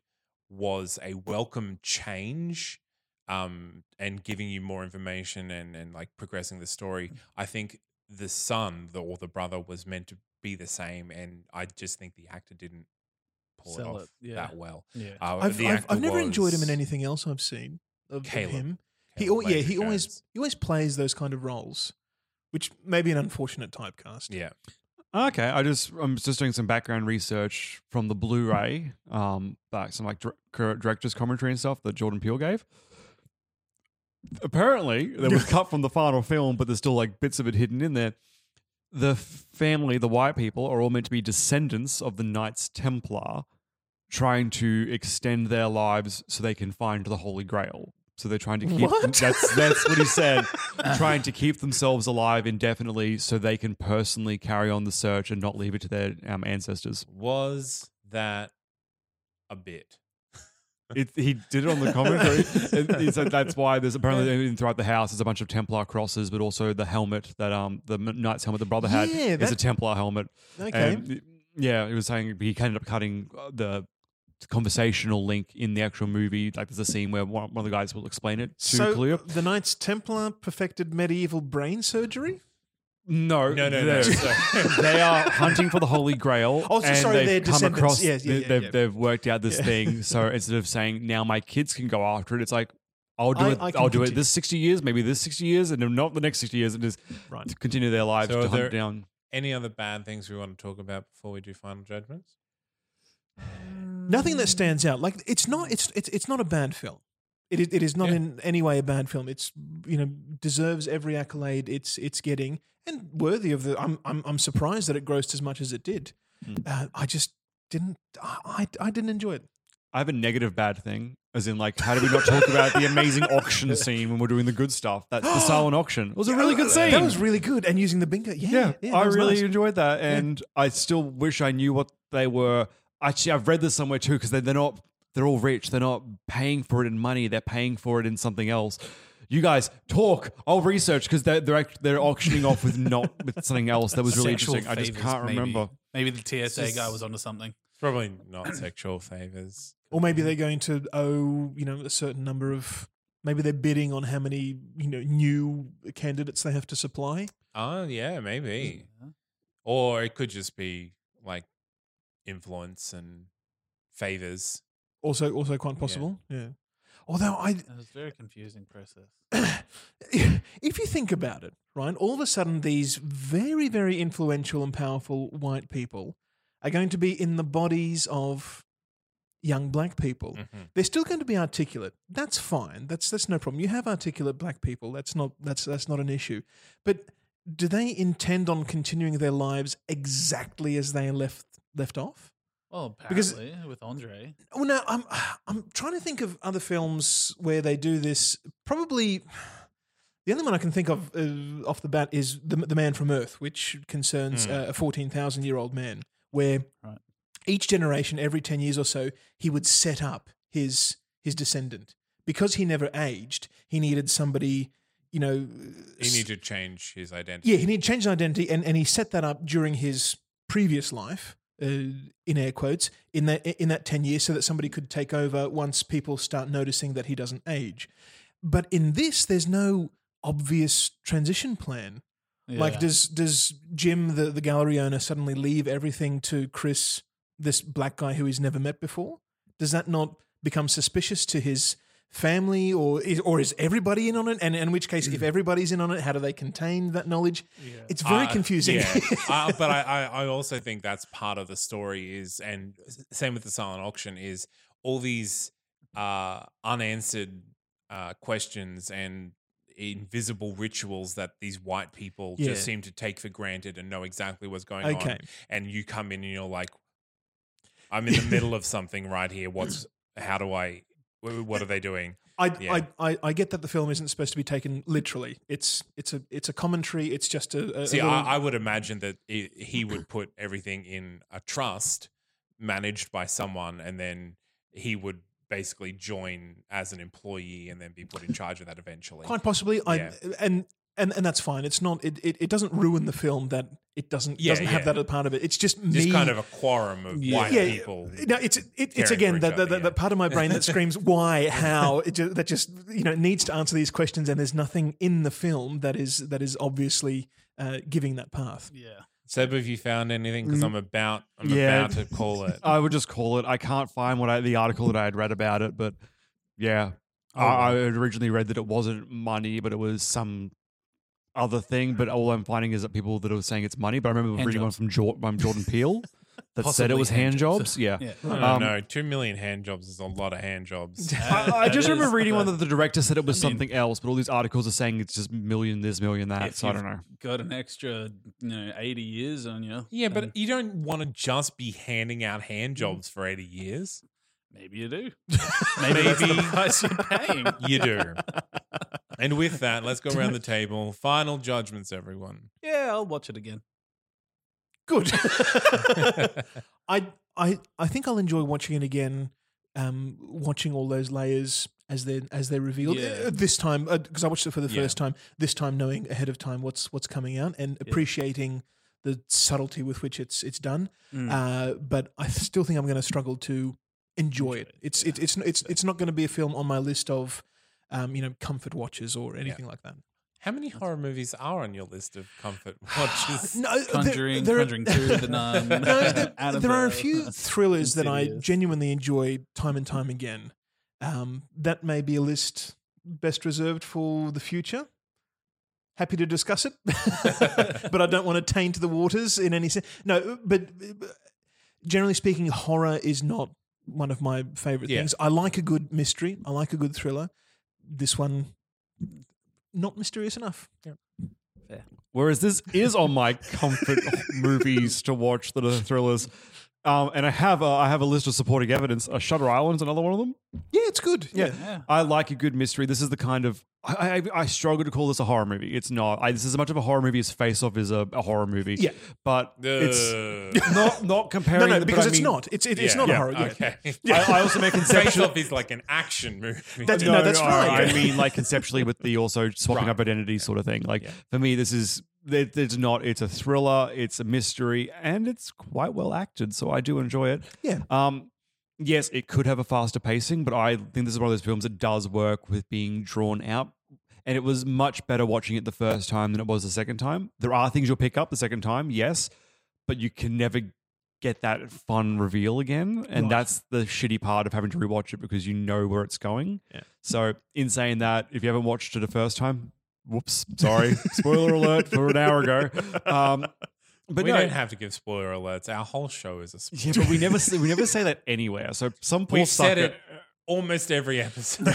Speaker 3: was a welcome change um, and giving you more information and and like progressing the
Speaker 5: Mm.
Speaker 3: story. I think the son the, or the brother was meant to be the same, and I just think the actor didn't pull
Speaker 6: Sell
Speaker 3: it off
Speaker 6: it, yeah.
Speaker 3: that well.
Speaker 6: Yeah.
Speaker 3: Uh,
Speaker 5: I've,
Speaker 3: the
Speaker 5: I've,
Speaker 3: actor
Speaker 5: I've never enjoyed him in
Speaker 3: was
Speaker 5: anything else I've seen of, of
Speaker 3: Caleb.
Speaker 5: him. He al-
Speaker 3: Caleb
Speaker 5: yeah he
Speaker 3: Landry-Jones.
Speaker 5: always he always plays those kind of roles, which may be an unfortunate typecast.
Speaker 3: yeah
Speaker 4: Okay, I just I'm just doing some background research from the Blu-ray, um, back some like dir- cur- director's commentary and stuff that Jordan Peele gave. Apparently, that was cut from the final film, but there's still like bits of it hidden in there. The family, the white people, are all meant to be descendants of the Knights Templar, trying to extend their lives so they can find the Holy Grail. So they're trying to keep
Speaker 5: What?
Speaker 4: that's that's what he said, trying to keep themselves alive indefinitely so they can personally carry on the search and not leave it to their um, ancestors.
Speaker 3: was that a bit.
Speaker 4: It, he did it on the commentary. It- he said that's why there's apparently even throughout the house there's a bunch of Templar crosses, but also the helmet that um the m- knight's helmet the brother had
Speaker 5: Yeah,
Speaker 4: is a
Speaker 5: that-
Speaker 4: Templar helmet.
Speaker 5: Okay.
Speaker 4: And, yeah, he was saying he ended up cutting uh, the conversational link in the actual movie. Like there's a scene where one, one of the guys will explain it to
Speaker 5: so
Speaker 4: Cleo.
Speaker 5: the Knights Templar perfected medieval brain surgery. Oh,
Speaker 4: No,
Speaker 3: No, no, no.
Speaker 4: they're-
Speaker 3: Sorry.
Speaker 4: they are hunting for the Holy Grail.
Speaker 5: Oh, so
Speaker 4: and
Speaker 5: sorry,
Speaker 4: they've
Speaker 5: they're
Speaker 4: come
Speaker 5: descendants.
Speaker 4: across.
Speaker 5: Yes, yeah,
Speaker 4: they-
Speaker 5: yeah,
Speaker 4: they've,
Speaker 5: yeah.
Speaker 4: they've worked out this thing. So instead of saying now my kids can go after it, it's like I'll do
Speaker 5: I-
Speaker 4: it.
Speaker 5: I
Speaker 4: I
Speaker 5: can
Speaker 4: will do it
Speaker 5: continue.
Speaker 4: this sixty years, maybe this sixty years, and then not the next sixty years, and just
Speaker 5: Right.
Speaker 4: to continue their lives
Speaker 3: So
Speaker 4: to
Speaker 3: are there-
Speaker 4: hunt down.
Speaker 3: Any other bad things we want to talk about before we do final judgments?
Speaker 4: Mm.
Speaker 5: Nothing that stands out. Like it's not. It's it's it's not a bad film. It is, it is not
Speaker 3: Yeah.
Speaker 5: in any way a bad film. It's you know deserves every accolade it's it's getting and worthy of the. I'm I'm I'm surprised that it grossed as much as it did.
Speaker 4: Hmm.
Speaker 5: Uh, I just didn't. I I, I didn't enjoy it.
Speaker 4: I have a negative bad thing, as in like, how do we not talk about the amazing auction scene when we're doing the good stuff? That's the silent auction. It was a really good scene.
Speaker 5: uh, That was really good. And using the bingo. Yeah,
Speaker 4: Yeah,
Speaker 5: yeah,
Speaker 4: I
Speaker 5: that was
Speaker 4: really
Speaker 5: nice.
Speaker 4: enjoyed that, and I still wish I knew what they were. Actually, I've read this somewhere too because they, they're not. They're all rich. They're not paying for it in money. They're paying for it in something else. You guys talk. I'll research because they're they're, act, they're auctioning off with not with something else that was really
Speaker 6: Sexual
Speaker 4: interesting. I just
Speaker 6: favours,
Speaker 4: can't
Speaker 6: maybe.
Speaker 4: remember.
Speaker 6: Maybe the TSA
Speaker 4: just-
Speaker 6: guy was onto something.
Speaker 3: Probably not sexual favors.
Speaker 5: Or maybe they're going to owe you know a certain number of. Maybe they're bidding on how many you know new candidates they have to supply.
Speaker 3: Oh, yeah, maybe. Or it could just be like influence and favors.
Speaker 5: Also, also quite possible. Yeah. Although I,
Speaker 6: It was a very confusing process.
Speaker 5: if you think about it, right, all of a sudden these very, very influential and powerful white people are going to be in the bodies of young black people.
Speaker 3: Mm. Mm-hmm.
Speaker 5: They're still going to be articulate. That's fine. That's that's no problem. You have articulate black people. That's not that's that's not an issue. But do they intend on continuing their lives exactly as they left left off?
Speaker 6: Well,
Speaker 5: Because-
Speaker 6: apparently with Andre,
Speaker 5: Well, no, I'm I'm trying to think of other films where they do this. Probably the only one I can think of uh, off the bat is the the Man from Earth, which
Speaker 3: Hmm.
Speaker 5: concerns uh, a fourteen thousand year old man, where
Speaker 6: Right.
Speaker 5: each generation, every ten years or so, he would set up his his descendant because he never aged. He needed somebody, you know.
Speaker 3: He needed to change his identity.
Speaker 5: Yeah, he needed to change his identity, and, and he set that up during his previous life, uh, in air quotes, in that in that ten years, so that somebody could take over once people start noticing that he doesn't age. But in this, there's no obvious transition plan. Like,
Speaker 6: Yeah.
Speaker 5: does does Jim, the the gallery owner, suddenly leave everything to Chris, this black guy who he's never met before? Does that not become suspicious to his family, or is, or is everybody in on it? And in which case,
Speaker 3: Mm.
Speaker 5: if everybody's in on it, how do they contain that knowledge? It's very
Speaker 3: Uh,
Speaker 5: confusing.
Speaker 3: Yeah. uh, but I, I, I also think that's part of the story is, and s- same with the silent auction, is all these uh, unanswered uh, questions and invisible rituals that these white people
Speaker 5: Yeah.
Speaker 3: just seem to take for granted and know exactly what's going
Speaker 5: Okay.
Speaker 3: on. And you come in and you're like, I'm in the middle of something right here. What's, how do I, wh- what are they doing?
Speaker 5: I,
Speaker 3: Yeah.
Speaker 5: I, I, I get that the film isn't supposed to be taken literally. It's it's a it's a commentary. It's just a, a- a
Speaker 3: See,
Speaker 5: little-
Speaker 3: I, I would imagine that i he would put everything in a trust managed by someone, and then he would basically join as an employee and then be put in charge of that eventually.
Speaker 5: quite possibly. I
Speaker 3: Yeah.
Speaker 5: and and and that's fine. It's not. It, it, it doesn't ruin the film that it doesn't
Speaker 3: Yeah,
Speaker 5: doesn't have
Speaker 3: yeah.
Speaker 5: that as part of it. It's just
Speaker 3: Just
Speaker 5: me.
Speaker 3: kind of a quorum of white people.
Speaker 5: No, it's it, it's
Speaker 3: caring for
Speaker 5: again
Speaker 3: each
Speaker 5: that
Speaker 3: other,
Speaker 5: that, that
Speaker 3: yeah.
Speaker 5: part of my brain that screams why, how, it ju- that just you know needs to answer these questions, and there's nothing in the film that is that is obviously uh, giving that path.
Speaker 6: yeah.
Speaker 3: Seb, have you found anything?
Speaker 5: Mm.
Speaker 3: Because I'm about, I'm
Speaker 4: Yeah.
Speaker 3: about to call it.
Speaker 5: Uh,
Speaker 4: I would just call it. I can't find what I, the article that I had read about it, but yeah,
Speaker 6: Oh,
Speaker 4: I, I had originally read that it wasn't money, but it was some other thing. But all I'm finding is that people that are saying it's money. But I remember
Speaker 6: Hand
Speaker 4: reading
Speaker 6: jobs.
Speaker 4: one from Jor- from Jordan Peele that said it
Speaker 6: Possibly
Speaker 4: was hand,
Speaker 6: hand
Speaker 4: jobs.
Speaker 6: jobs.
Speaker 4: Yeah.
Speaker 6: Yeah.
Speaker 3: I don't
Speaker 4: Um,
Speaker 3: know. Two million hand jobs is a lot of hand jobs.
Speaker 4: I, I
Speaker 6: That
Speaker 4: just
Speaker 6: is,
Speaker 4: remember reading one
Speaker 6: but
Speaker 4: that the director said it was
Speaker 6: I mean-
Speaker 4: something else, but all these articles are saying it's just million this, million that.
Speaker 6: if
Speaker 4: So I
Speaker 6: you've
Speaker 4: don't know.
Speaker 6: Got an extra, you know, eighty years on you.
Speaker 3: Yeah, but
Speaker 6: then
Speaker 3: you don't want to just be handing out
Speaker 5: Mm.
Speaker 3: hand jobs for 80 years.
Speaker 6: maybe you do. Maybe, that's the
Speaker 3: Maybe.
Speaker 6: price you're paying.
Speaker 3: You do. and with that, let's go around the table. Final judgments, everyone.
Speaker 6: Yeah, I'll watch it again.
Speaker 5: Good. I I I think I'll enjoy watching it again um, watching all those layers as they as they're revealed
Speaker 6: Yeah.
Speaker 5: Uh, this time because I watched it for the
Speaker 3: Yeah.
Speaker 5: first time. This time, knowing ahead of time what's what's coming out and appreciating the subtlety with which it's it's done.
Speaker 6: Hmm.
Speaker 5: Uh, but I still think I'm going to struggle to enjoy, it. It's it, it's it's it's not going to be a film on my list of um, you know comfort watches or anything like that.
Speaker 3: How many horror movies are on your list of comfort watches?
Speaker 5: No, there-
Speaker 6: Conjuring,
Speaker 5: there are-
Speaker 6: Conjuring 2, The Nun.
Speaker 5: no, there, there are a
Speaker 6: Annabelle,
Speaker 5: few thrillers that I
Speaker 6: Insidious.
Speaker 5: genuinely enjoy time and time again. Um, that may be a list best reserved for the future. Happy to discuss it, but I don't want to taint the waters in any sense. No, but uh, generally speaking, horror is not one of my favorite
Speaker 3: Yeah.
Speaker 5: things. I like a good mystery. I like a good thriller. This one, not mysterious enough.
Speaker 4: Whereas this is on my comfort movies to watch that are thrillers. Um, and I have a, I have a list of supporting evidence. Uh, Shutter Island's another one of them.
Speaker 5: Yeah, it's good. Yeah,
Speaker 4: I like a good mystery. This is the kind of I, I, I struggle to call this a horror movie. It's not. I, this is as much of a horror movie as Face Off is a, a horror movie.
Speaker 5: Yeah.
Speaker 4: but
Speaker 3: Ugh.
Speaker 4: it's not not
Speaker 5: no,
Speaker 4: comparing.
Speaker 5: no,
Speaker 4: but
Speaker 5: because
Speaker 4: I
Speaker 5: it's
Speaker 4: mean-
Speaker 5: not. It's it, it's
Speaker 3: Yeah.
Speaker 5: not
Speaker 4: Yeah,
Speaker 5: a horror. yeah.
Speaker 3: Okay.
Speaker 4: I, I also make
Speaker 3: Face
Speaker 4: conceptual.
Speaker 3: Off is like an action movie.
Speaker 5: That's- no, that's fine.
Speaker 4: I mean, like conceptually, with the also swapping up identity sort of thing. Like for me, this is it, it's not. It's a thriller. It's a mystery, and it's quite well acted. So I do enjoy it.
Speaker 5: Yeah.
Speaker 4: Um. Yes, it could have a faster pacing, but I think this is one of those films that does work with being drawn out. And it was much better watching it the first time than it was the second time. There are things you'll pick up the second time, yes, but you can never get that fun reveal again. And
Speaker 5: Right.
Speaker 4: that's the shitty part of having to rewatch it because you know where it's going. So, in saying that, if you haven't watched it the first time, whoops, sorry, spoiler alert for an hour ago. Um, but
Speaker 3: we
Speaker 4: no,
Speaker 3: don't have to give spoiler alerts. Our whole show is a spoiler.
Speaker 4: yeah, but we never say, we never say that anywhere. So some poor
Speaker 3: We've said
Speaker 4: sucker.
Speaker 3: it almost every episode.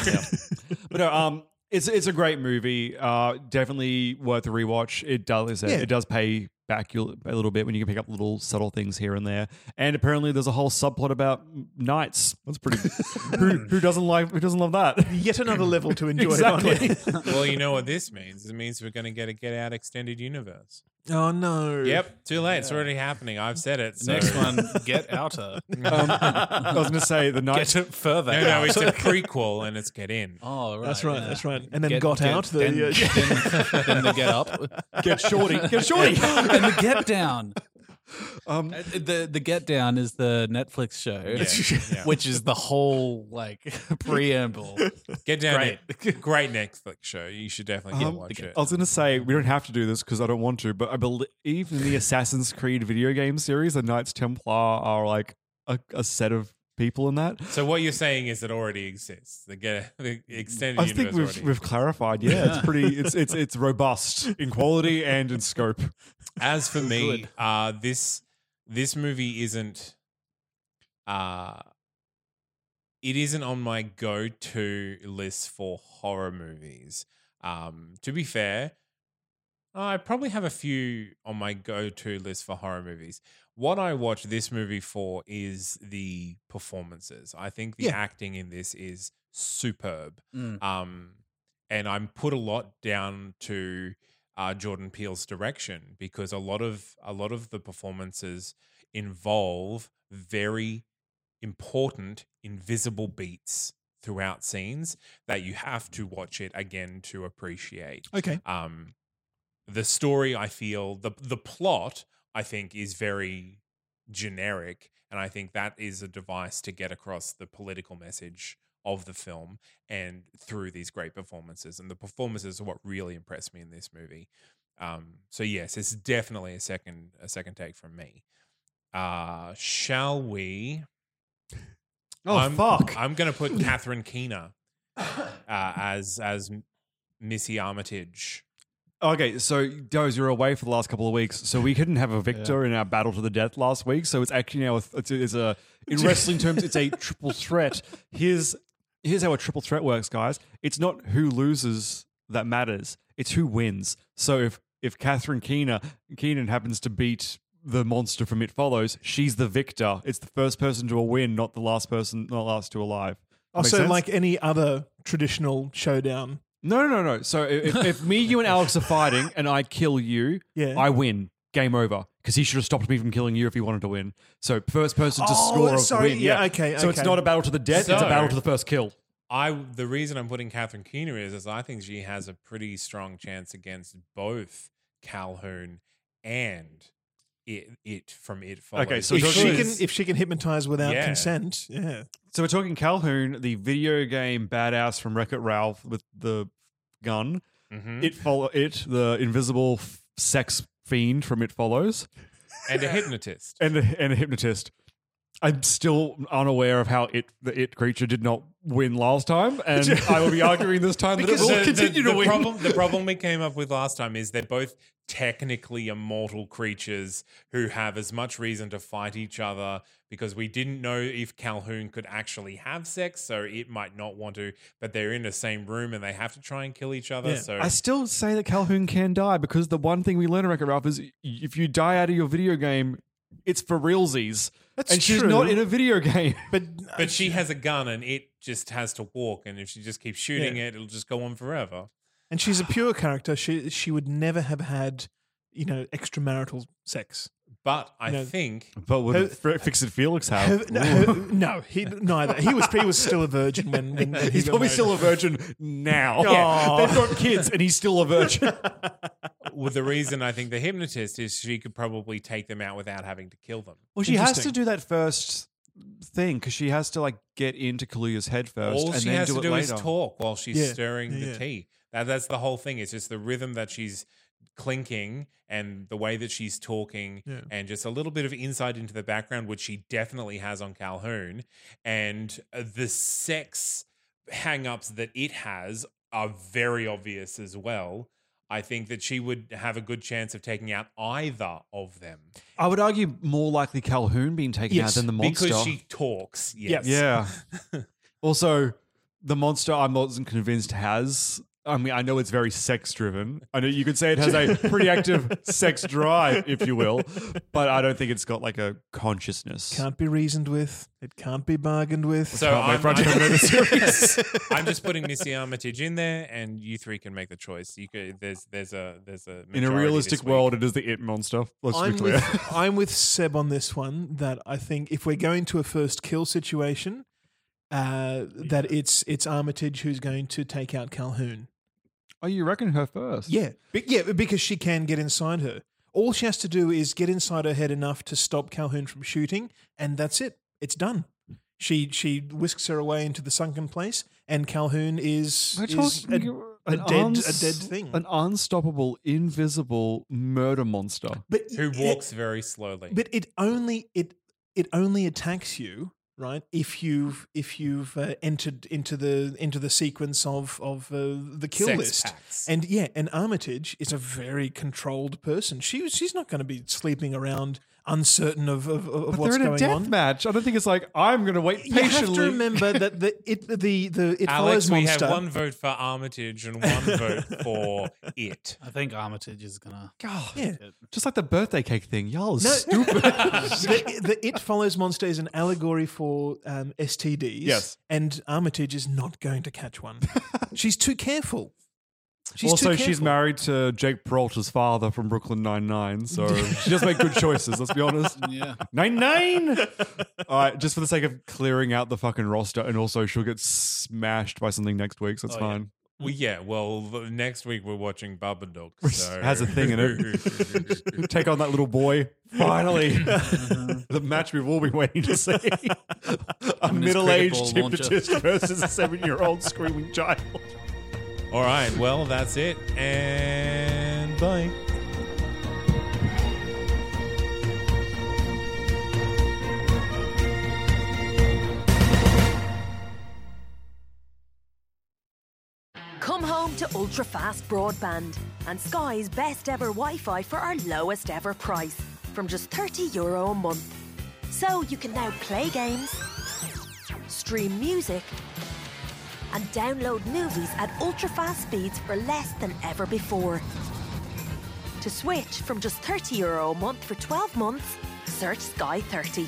Speaker 4: But no, um, it's it's a great movie. Uh, definitely worth a rewatch. It does
Speaker 5: Yeah.
Speaker 4: it does pay back you a little bit when you can pick up little subtle things here and there. And apparently, there's a whole subplot about knights. That's pretty. who, who doesn't like who doesn't love that?
Speaker 5: Yet another level to enjoy.
Speaker 4: Exactly.
Speaker 5: it
Speaker 3: well, you know what this means. It means we're going to get a Get Out Extended Universe.
Speaker 5: oh no.
Speaker 3: Yep, too late. It's already happening. I've said it. So.
Speaker 6: Next one, Get Outer.
Speaker 4: Um, I was going to say the knights.
Speaker 6: Get it further.
Speaker 3: No, no,
Speaker 6: out.
Speaker 3: it's a prequel and it's Get In.
Speaker 6: Oh, right.
Speaker 5: That's right.
Speaker 6: yeah.
Speaker 5: That's right. And then
Speaker 6: Get-
Speaker 5: got
Speaker 6: get-
Speaker 5: out the.
Speaker 6: Then,
Speaker 5: uh,
Speaker 6: then, then the Get Up.
Speaker 4: Get shorty. Get shorty.
Speaker 6: and the Get Down.
Speaker 4: Um,
Speaker 6: Uh, The the Get Down is the Netflix show,
Speaker 3: Yeah, yeah.
Speaker 6: which is the whole like preamble.
Speaker 3: Get down.
Speaker 6: Great.
Speaker 3: It. Great Netflix show. You should definitely go
Speaker 4: Um,
Speaker 3: watch it.
Speaker 4: I was going to say we don't have to do this because I don't want to, but I believe in the Assassin's Creed video game series, the Knights Templar are like a, a set of people in that.
Speaker 3: So what you're saying is it already exists. The Get the Extended
Speaker 4: I
Speaker 3: Universe.
Speaker 4: think we've
Speaker 3: already
Speaker 4: we've clarified. Yeah, it's pretty. It's it's it's robust in quality and in scope.
Speaker 3: As for me, uh, this this movie isn't. Uh, it isn't on my go-to list for horror movies. Um, to be fair, I probably have a few on my go-to list for horror movies. What I watch this movie for is the performances. I think the
Speaker 5: Yeah.
Speaker 3: acting in this is superb.
Speaker 6: Mm.
Speaker 3: Um, and I'm put a lot down to uh, Jordan Peele's direction because a lot of a lot of the performances involve very important invisible beats throughout scenes that you have to watch it again to appreciate.
Speaker 5: okay.
Speaker 3: Um, the story, I feel the the plot, I think, is very generic, and I think that is a device to get across the political message of the film and through these great performances. And the performances are what really impressed me in this movie. Um, so yes, it's definitely a second a second take from me. Uh, shall we?
Speaker 4: Oh
Speaker 3: I'm,
Speaker 4: fuck!
Speaker 3: I'm going to put Catherine Keener uh, as as Missy Armitage.
Speaker 4: okay, so Doze, you're away for the last couple of weeks, so we couldn't have a victor in our battle to the death last week. So it's actually now a th- it's, a- it's a in wrestling terms, it's a triple threat. Here's here's how a triple threat works, guys. It's not who loses that matters; it's who wins. So if if Catherine Keener Keenan happens to beat the monster from It Follows, she's the victor. It's the first person to a win, not the last person, not last to alive. That make
Speaker 5: Also,
Speaker 4: sense?
Speaker 5: Oh, like any other traditional showdown,
Speaker 4: No, no, no, no. So if, if me, you, and Alex are fighting, and I kill you,
Speaker 5: Yeah.
Speaker 4: I win. Game over. because he should have stopped me from killing you if he wanted to win. So first person to
Speaker 5: Oh,
Speaker 4: score
Speaker 5: sorry,
Speaker 4: a win.
Speaker 5: yeah, okay,
Speaker 4: So it's
Speaker 5: okay.
Speaker 4: not a battle to the death; it's a
Speaker 3: So-
Speaker 4: battle to the first kill.
Speaker 3: I the reason I'm putting Catherine Keener is, is I think she has a pretty strong chance against both Calhoun and it, it from it follows.
Speaker 4: Okay, so
Speaker 5: If
Speaker 4: Because-
Speaker 5: she can, if she can hypnotize without
Speaker 3: Yeah.
Speaker 5: consent, yeah.
Speaker 4: So we're talking Calhoun, the video game badass from Wreck It Ralph with the gun.
Speaker 3: Mhm.
Speaker 4: It follow it the invisible f- sex fiend from It Follows,
Speaker 3: and a hypnotist.
Speaker 4: and a, and a hypnotist. I'm still unaware of how it the it creature did not win last time, and I will be arguing this time that it will
Speaker 3: the-
Speaker 4: continue
Speaker 3: the,
Speaker 4: to
Speaker 3: the
Speaker 4: win.
Speaker 3: Problem, the problem we came up with last time is they're both technically immortal creatures who have as much reason to fight each other because we didn't know if Calhoun could actually have sex, so it might not want to, but they're in the same room and they have to try and kill each other.
Speaker 5: Yeah.
Speaker 3: So
Speaker 4: I still say that Calhoun can die because the one thing we learn in Wreck It Ralph is if you die out of your video game, it's for realsies.
Speaker 5: That's
Speaker 4: and she's
Speaker 5: true.
Speaker 4: not in a video game.
Speaker 5: But
Speaker 3: but she has a gun and it just has to walk, and if she just keeps shooting
Speaker 5: Yeah.
Speaker 3: it, it'll just go on forever.
Speaker 5: and she's a pure character. She she would never have had you know extramarital sex.
Speaker 3: But I
Speaker 5: No.
Speaker 3: think
Speaker 4: But would
Speaker 5: Her-
Speaker 4: Fix It Felix
Speaker 5: Her- no, her- no, he neither. He was he was still a virgin when, when he
Speaker 4: He's
Speaker 5: got
Speaker 4: probably
Speaker 5: married.
Speaker 4: still a virgin now.
Speaker 5: Aw.
Speaker 4: They've got kids and he's still a virgin.
Speaker 3: well, the reason I think the hypnotist is she could probably take them out without having to kill them.
Speaker 4: Well, she has to
Speaker 5: Interesting.
Speaker 4: do that first thing because she has to like get into Kaluuya's head first
Speaker 3: All
Speaker 4: and
Speaker 3: she
Speaker 4: then
Speaker 3: has
Speaker 4: do
Speaker 3: to
Speaker 4: it
Speaker 3: do
Speaker 4: later.
Speaker 3: is talk while she's
Speaker 5: Yeah.
Speaker 3: stirring
Speaker 5: Yeah,
Speaker 3: the
Speaker 5: yeah.
Speaker 3: tea. That, that's the whole thing. It's just the rhythm that she's clinking and the way that she's talking,
Speaker 5: Yeah.
Speaker 3: and just a little bit of insight into the background, which she definitely has on Calhoun, and uh, the sex hang-ups that it has are very obvious as well. I think that she would have a good chance of taking out either of them
Speaker 4: I would argue more likely Calhoun being taken
Speaker 5: Yes,
Speaker 4: out than the monster.
Speaker 3: because she talks. Yes.
Speaker 4: Yeah. also, the monster I'm not convinced has. I mean, I know it's very sex driven. I know you could say it has a pretty active sex drive, if you will, but I don't think it's got like a consciousness.
Speaker 5: Can't be reasoned with. It can't be bargained with.
Speaker 3: So
Speaker 4: Can't wait
Speaker 3: I'm,
Speaker 4: for Project
Speaker 3: I'm-
Speaker 4: Omega
Speaker 3: I'm just putting Missy Armitage in there, and you three can make the choice. You could there's there's a there's a
Speaker 4: In
Speaker 3: majority
Speaker 4: a realistic
Speaker 3: this week.
Speaker 4: world, it is the it monster. Let's
Speaker 5: I'm
Speaker 4: be clear.
Speaker 5: with, I'm with Seb on this one. That I think if we're going to a first kill situation, uh, that it's it's Armitage who's going to take out Calhoun.
Speaker 4: oh, you reckon her first?
Speaker 5: Yeah, be- yeah, because she can get inside her. All she has to do is get inside her head enough to stop Calhoun from shooting, and that's it. It's done. She she whisks her away into the sunken place, and Calhoun is,
Speaker 4: We're
Speaker 5: is a,
Speaker 4: talking
Speaker 5: a
Speaker 4: an
Speaker 5: dead
Speaker 4: uns-
Speaker 5: a dead thing.
Speaker 4: An unstoppable, invisible murder monster.
Speaker 5: but
Speaker 3: Who
Speaker 5: it-
Speaker 3: walks very slowly?
Speaker 5: But it only it it only attacks you right if you've if you've uh, entered into the into the sequence of of uh, the kill
Speaker 3: Sex
Speaker 5: list.
Speaker 3: packs.
Speaker 5: And yeah, and Armitage is a very controlled person. She she's not going to be sleeping around uncertain of of, of
Speaker 4: But
Speaker 5: what's
Speaker 4: they're in a
Speaker 5: going
Speaker 4: death
Speaker 5: on.
Speaker 4: match. I don't think it's like I'm going to wait
Speaker 5: You have to
Speaker 4: patiently.
Speaker 5: remember that the it the the it
Speaker 3: Alex,
Speaker 5: follows
Speaker 3: we
Speaker 5: monster.
Speaker 3: have one vote for Armitage and one vote for it.
Speaker 6: I think Armitage is gonna.
Speaker 4: God,
Speaker 5: Yeah.
Speaker 4: just like the birthday cake thing. Y'all are
Speaker 5: No.
Speaker 4: stupid.
Speaker 5: the, the It Follows Monster is an allegory for um, STDs.
Speaker 4: Yes.
Speaker 5: And Armitage is not going to catch one. she's too careful. She's
Speaker 4: also,
Speaker 5: too
Speaker 4: she's
Speaker 5: careful.
Speaker 4: married to Jake Peralta's father from Brooklyn Nine Nine, so she does make good choices. Let's be honest.
Speaker 6: Yeah.
Speaker 4: Nine nine. All right, just for the sake of clearing out the fucking roster, and also she'll get smashed by something next week, so it's
Speaker 6: Oh, yeah.
Speaker 4: fine.
Speaker 3: Well, yeah. Well, the- next week we're watching Babadook.
Speaker 4: Which
Speaker 3: So.
Speaker 4: has a thing in it. Take on that little boy. Finally, the match we've all been waiting to see: a middle-aged
Speaker 6: credible launcher.
Speaker 4: hypnotist versus a seven-year-old screaming child.
Speaker 3: All right. Well, that's it. And bye.
Speaker 8: Come home to ultra fast broadband and Sky's best ever Wi Fi for our lowest ever price from just €30 Euro a month. So you can now play games, stream music, and download movies at ultra fast speeds for less than ever before. To switch from just €30 Euro a month for 12 months, search Sky 30.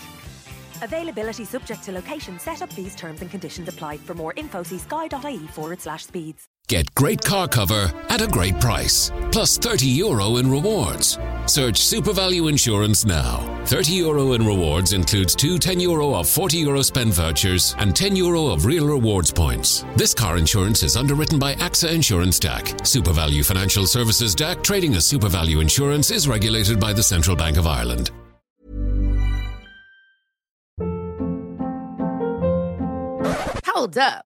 Speaker 8: Availability subject to location, setup fees, terms and conditions apply. For more info, see sky.ie E forward slash speeds.
Speaker 9: Get great car cover at a great price. Plus 30 euro in rewards.
Speaker 3: Search SuperValue Insurance now. 30 euro in rewards includes two 10 euro of 40 euro spend vouchers and 10 euro of real rewards points. This car insurance is underwritten by AXA Insurance DAC. SuperValue Financial Services DAC trading as SuperValue Insurance is regulated by the Central Bank of Ireland.
Speaker 10: Hold up.